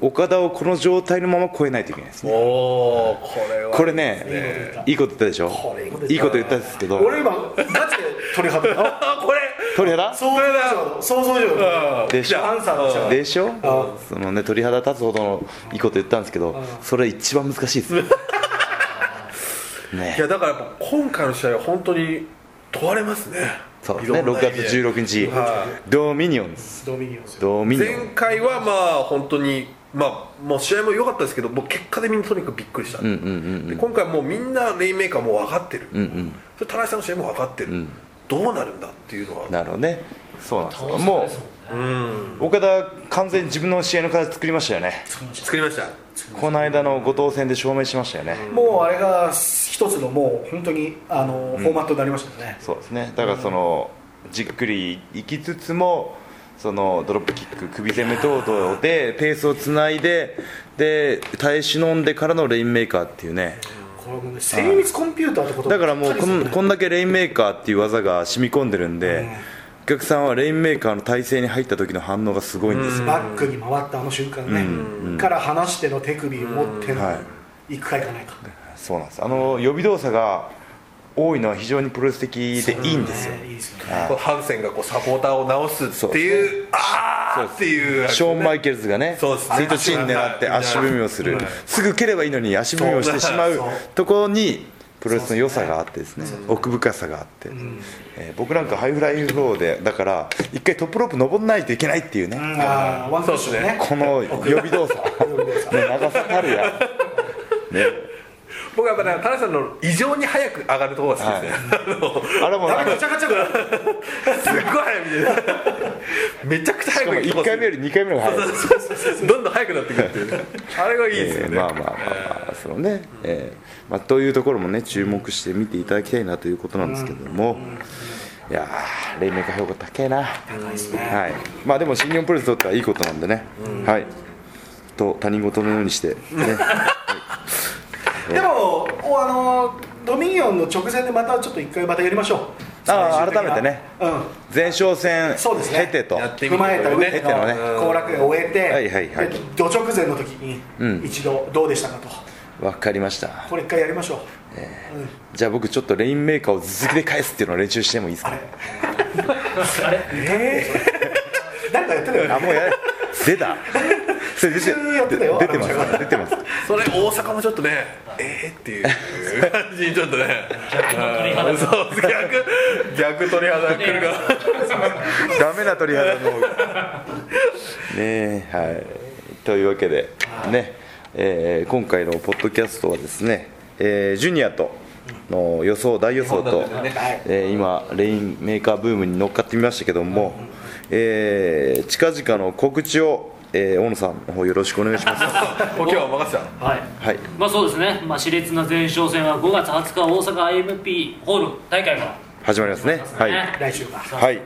A: 岡田をこの状態のまま超えないといけないですね
D: おおこれは
A: これ
C: いいこと
A: ね
C: 言った
A: いいこと言ったでしょ
C: これいいこと言った
A: いいこと言ったんですけど
C: 俺今ガチで鳥肌 だ
D: あこれ
A: 鳥肌
C: 想像以上の想像以上の
A: でし
C: ア
A: ょ
C: ンサーの
A: でしょ
C: あ
A: そのね鳥肌立つほどのいいこと言ったんですけどそれ一番難しいですね
D: いやだからやっぱ今回の試合は本当に問われますね
A: そうですね
D: いろ
A: 6
D: んな意
A: 月
D: 味で
A: 16日
D: は
A: ドミニオンです
C: ドミニオンですよ
A: ドミニオ
D: 前
A: ン
D: 回はまあ本当にまあもう試合も良かったですけどもう結果でみんなとにかくびっくりした、で今回もうみんなレインメーカーもう分かってる、それ田中さんの試合も分かってる、どうなるんだっていうのは
A: なるほどねそうなんですよ
E: 楽しみ
A: も
E: ですもんね
A: う岡田完全に自分の試合の形作りましたよね
D: 作りました
A: この間の後藤戦で証明しましたよね
C: もうあれが一つのもう本当にあのフォーマットになりましたね
A: そうですねだからそのじっくりいきつつもそのドロップキック首攻め等々でペースをつないでで耐え忍んでからのレインメーカーっていうね
C: これもね精密コンピューターってこと
A: だからもうこん
C: ん
A: こんだけレインメーカーっていう技が染み込んでるんで、お客さんはレインメーカーの体勢に入った時の反応がすごいんですよ、
C: バックに回ったあの瞬間ね、から離しての手首を持っての、
A: はい
C: 行くか行かないか、
A: そうなんですあの予備動作が多いのは非常にプロレス的でいいんですよ、
C: ねいいですよね
A: はい
D: こうハンセンがこうサポーターを直すっていうあ
A: そう
D: あっていう
A: ショーン・マイケルズがね、
D: そうですね
A: スイートチーン狙って足踏みをする、すぐ蹴ればいいのに足踏みをしてしまう
C: そう
A: ところに、プロレスの良さがあってですね、奥深さがあって、えー僕なんかハイフライフローで、だから、一回トップロープ登んないといけないっていうね、
C: ああワンクッションね
A: この予備動 作、ね、長さたるや、ね、
D: 僕はやっぱね田中さんの異常に早く上がるところが好きですね、
A: あれもなん
C: あ
A: か、
C: ガチャガチャガチャ
D: すっごい早いみたいなめちゃくちゃ
A: し
D: 早
A: か
D: く
A: も
D: 行こ
A: 1
D: うと
A: 回目より2回目の方が早い。
D: どんどん早くなってくるっていうねあれがいいですよ
A: えー
D: ね、
A: まあまあまあ、まあ、そのね、えーまあ、というところもね注目して見ていただきたいなということなんですけども、いやー黎明化評価高えな、
C: 高いですね、
A: はいまあでも新日本プロレスにとってはいいことなんでね、はいと他人事のようにして、ね、
C: でもおあのドミニオンの直前でまたちょっと一回またやりましょう
A: ああ
C: 最終的な
A: 改めてね
C: うん
A: 前哨戦
C: そうですね
A: 経てと
D: やって
C: 踏まえた上で
A: 経てのね
C: の行楽園を終えて、
A: はいはいはい
C: で土直前の時に、
A: うん
C: 一度どうでしたかと
A: 分かりました
C: これ一回やりましょう、うん
A: じゃあ僕ちょっとレインメーカーを続きで返すっていうのを練習してもいいです
C: あ
A: か
C: れええ 誰かやってたよね
A: あもうや出たそれ出て
C: 先週やってたよ
A: 出てます
C: あの
A: 出てます
D: それ大阪もちょっとねえー、っていう感じにちょっとね
E: 逆の鳥肌
D: うんそう逆逆鳥肌くるが
A: ダメな鳥肌の方がねえはいというわけでね、えー今回のポッドキャストはですね、えージュニアとの予想大予想と、えー今レインメーカーブームに乗っかってみましたけども、えー近々の告知を、えー大野さんの方よろしくお願いしますは
D: もう今日は任せた
E: はい
A: い
E: まあそうですね、まあ、熾烈な前哨戦は5月20日大阪 IMP ホール大会が
A: 始まりますねはい
C: 来週が
A: はい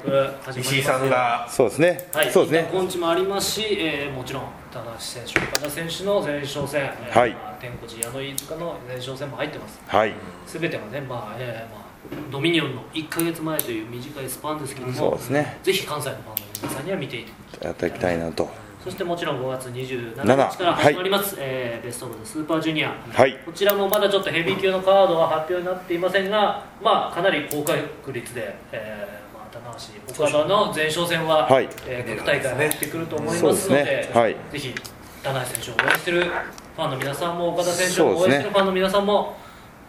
D: 石井さんが
A: そうですね、
E: はい、
A: そうですね
E: 今日もありますし、えーもちろん田中選手、岡田選手の前哨戦、えー
A: はい
E: まあ天狗寺矢野飯塚の前哨戦も入ってます。
A: はい
E: すべてがね、まあ、えーまあドミニオンの1ヶ月前という短いスパンですけども、
A: そうですね
E: ぜひ関西のファンの皆さんには見ていただきたい。
A: やっていきたいなと
E: そしてもちろん5月27日から始まります、えーベストオブザスーパージュニア、
A: はい
E: こちらもまだちょっとヘビー級のカードは発表になっていませんが、まあ、かなり高確率で、えーまあ、棚橋岡田の前哨戦は、
A: はい
E: えー各大会入ってくると思います
A: そう
E: ので
A: ですねはい
E: ぜひ棚橋選手を応援してるファンの皆さんも岡田選手を応援してるファンの皆さんも、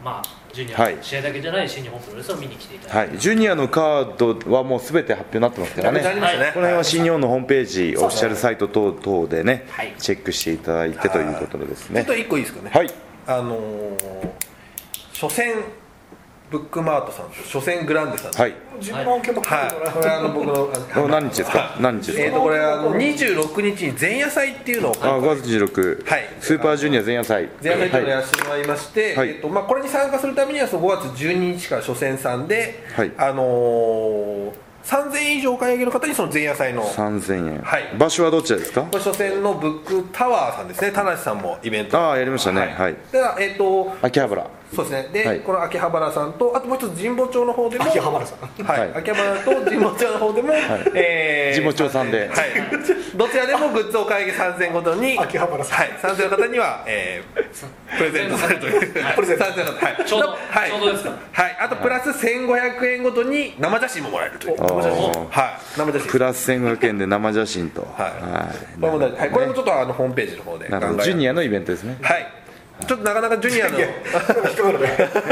E: まあ、ジュニア、
A: はい
E: 試合だけじゃない新日本プロレスを見に来ていただきたい
A: はい、ジュニアのカードはもうすべて発表になってますからね、
D: ダメになりましたね
A: この辺は新日本のホームページ、オフィシャルサイト等々でね、
E: はい
A: チェックしていただいてということでですね
D: ちょっと、一個いいですかね
A: はい、
D: あのー初戦ブックマートさんと初戦グランデさんと
A: はい、
C: 自分の本件も書いても
D: はい、
C: ら
D: これはあの僕のあの
A: 何日ですか、何日
D: え
A: で
D: ー、
A: すか、
D: とこれはあの26日に前夜祭っていうのを
A: あ5月16、
D: はい
A: スーパージュニア前夜祭、
D: 前夜祭というのをや
A: は
D: らせてもらいまして、
A: はい
D: えっとまあ、これに参加するためにはその5月12日から初戦さんで、
A: はい
D: あのー、3000円以上お買い上げの方にその前夜祭の
A: い、3000円、
D: はい
A: 場所はどっちらですか
D: こ、れ初戦のブックタワーさんですね田無さんもイベント
A: ああ、やりましたね、はい、
D: ではえっ、と
A: 秋葉原、
D: そうですねで、
A: はい
D: この秋葉原さんとあともう一つ神保町の方でも
C: 秋葉原さん
D: はい、
A: はい
D: 秋葉原と神保町の方でも、えー
A: 神保町さんで
D: はい、どちらでもグッズをお買い上げ3000円ごとに
C: 秋葉原さん
D: はい、3000円の方には、えー、プレゼントされるという、
E: はい
D: プレゼントされるというはい、
E: ちょうど
D: はい、
E: ちょうどですか
D: はい、あとプラス1500円ごとに生写真ももらえるという
A: お生写真
D: はい、生写真
A: プラス1500円で生写真と、はい
D: これも大事はいこれもちょっとあのホームページの方で
A: なるほ
D: 考え
A: ど
D: て
A: ジュニアのイベントですね。
D: はいちょっとなかなかジュニアの
C: 引っかかるね俺は俺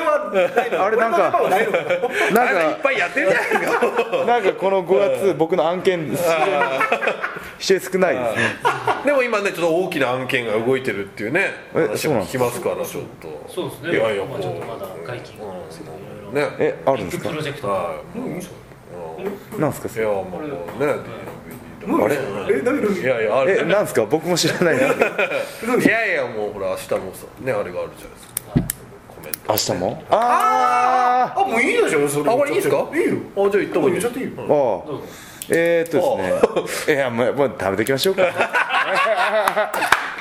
C: はないの
A: あれなんか
C: 俺の番はないの
A: な
D: あ
A: ん
D: なた
A: か
D: いっぱいやってるじゃないですか
A: なんかこの5月、僕の案件、非 常に少ないですね。
D: でも今ねちょっと大きな案件が動いてるっていうね
A: え
D: 話
A: そうなん
D: も
A: です
D: 聞きますからちょっと
E: そうですね
D: いやいや
E: ま
D: こ
E: あ
D: う
E: ちょっとまだ外気がなんですけどいろいろ
D: ね
A: え、あるん
E: ビ
A: です
E: ッグ
A: か
E: プ。ロジェクトが
D: はいもういいんじゃ
A: なんですか。
D: ないいやもうね
A: あれ、
C: えだけど
D: いやいやあ
A: え、
D: る
A: なんですか。僕も知らないですけど。
D: いやいやもうほら明日もさねあれがあるじゃないですかコメント
A: 明日も。あ
C: あもういいでしょそれ
D: あこれいいですか
C: いいよ
D: あじゃあ行った方がい
C: 言っ
D: い
C: ちゃっていいよ
A: あ。
D: うん
A: お
E: どうぞ
A: えー、っとですね。いや、もう、もう食べていきましょうか。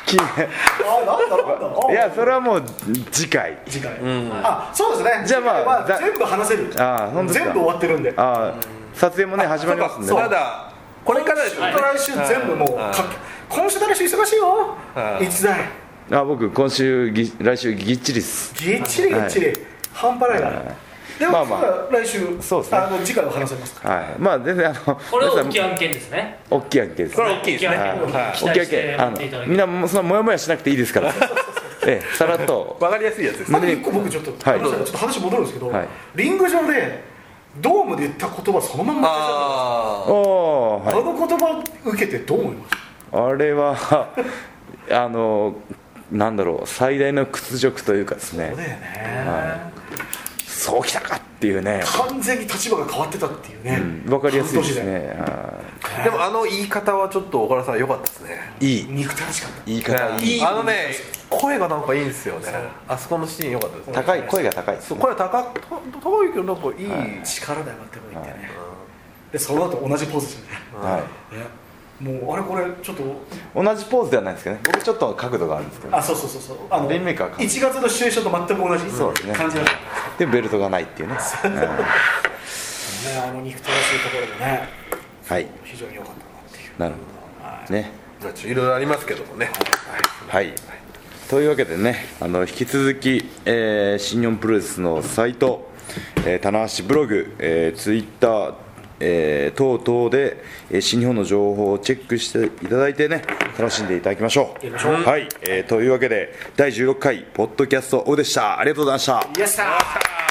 A: き
C: あなんだなんだあ
A: いや、それはもう次回。
C: 次回あそうですね
A: じゃあまあ
C: 次回は
A: ざ
C: 全部話せる
A: あー本当ですか
C: 全部終わってるんで
A: ああ、撮影もね、始まりますんで
D: そうかそうま
A: ね。
D: だこれからですよ
C: 今
D: ね
C: 週と来週全部もう
D: はい
C: かけ今週と来週忙しいよ
D: はい
C: 一大
A: あ、僕、今週、ぎ、来週ぎっちりっす。
C: ぎっちりぎっちり半端ないからで
A: ま
C: も
A: あまあ
C: 次は来週
A: そうですね
C: あの次回は話せます
A: はい、まあ、全然、あの。
E: これ
A: 皆
E: を
A: さ
E: 大
A: ん
E: きい案件ですね
A: 大きい案件です
D: こ
A: ね。
D: れ大きいですね
A: はい、
D: は
E: 期
A: オッ
E: 待
A: ケーオ
E: し
A: ッケ
E: て
A: ー
E: や
A: あ
E: っていただ
A: の
E: け
A: みんなもうそんなモヤモヤしなくていいですからええさらっと
D: いわかりやすいやつです
C: あと一個僕ちょっと、
A: はい
C: ごめんなさいちょっと話戻るんですけど、
A: はい
C: リング上でドームで言った言葉そのままあ
D: あ
A: おお、
C: あ
A: はい、
C: の言葉受けてどう思います
A: あれは あのなんだろう最大の屈辱というかです
C: そうだ
A: ね
C: よね、
A: そうきたかっていうね
C: 完全に立場が変わってたっていうね、
A: わかりやすいです
C: 半年
A: ねは
D: あでもあの言い方はちょっと小原さん良かったですね
A: いいい
C: 憎たらしかった
A: 言い方いい
D: あのね声がなんかいいんですよねあそこのシーン良かったですね
A: 高い声が高いです
D: そう
A: ね
D: 声高っ高いけどなんかいい、
C: 力だよってこと言ってね、でその後同じポーズしてね、
A: はい
C: もうあれこれちょっと
A: 同じポーズではないですけどね僕ちょっと角度があるんですけど
C: あそうそうそうそうあの
A: レインメーカーか
C: 1月のシチュエーションと全く同じ
A: そうですね
C: 感じだった
A: でベルトがないっていうね
C: ねあの憎たらしいところもね
A: はい
C: 非常に良かったなっていう
A: なるほどね
D: まあちょっといろいろありますけどもね
A: はい。というわけでね、あの引き続き、えー新日本プロレスのサイト、えー棚橋ブログ、えツイッター Twitter、えー等々で、えー新日本の情報をチェックしていただいてね、楽しんでいただきましょう。はい、えーというわけで、第16回、ポッドキャストオフでした。ありがとうございました。
C: イエスだー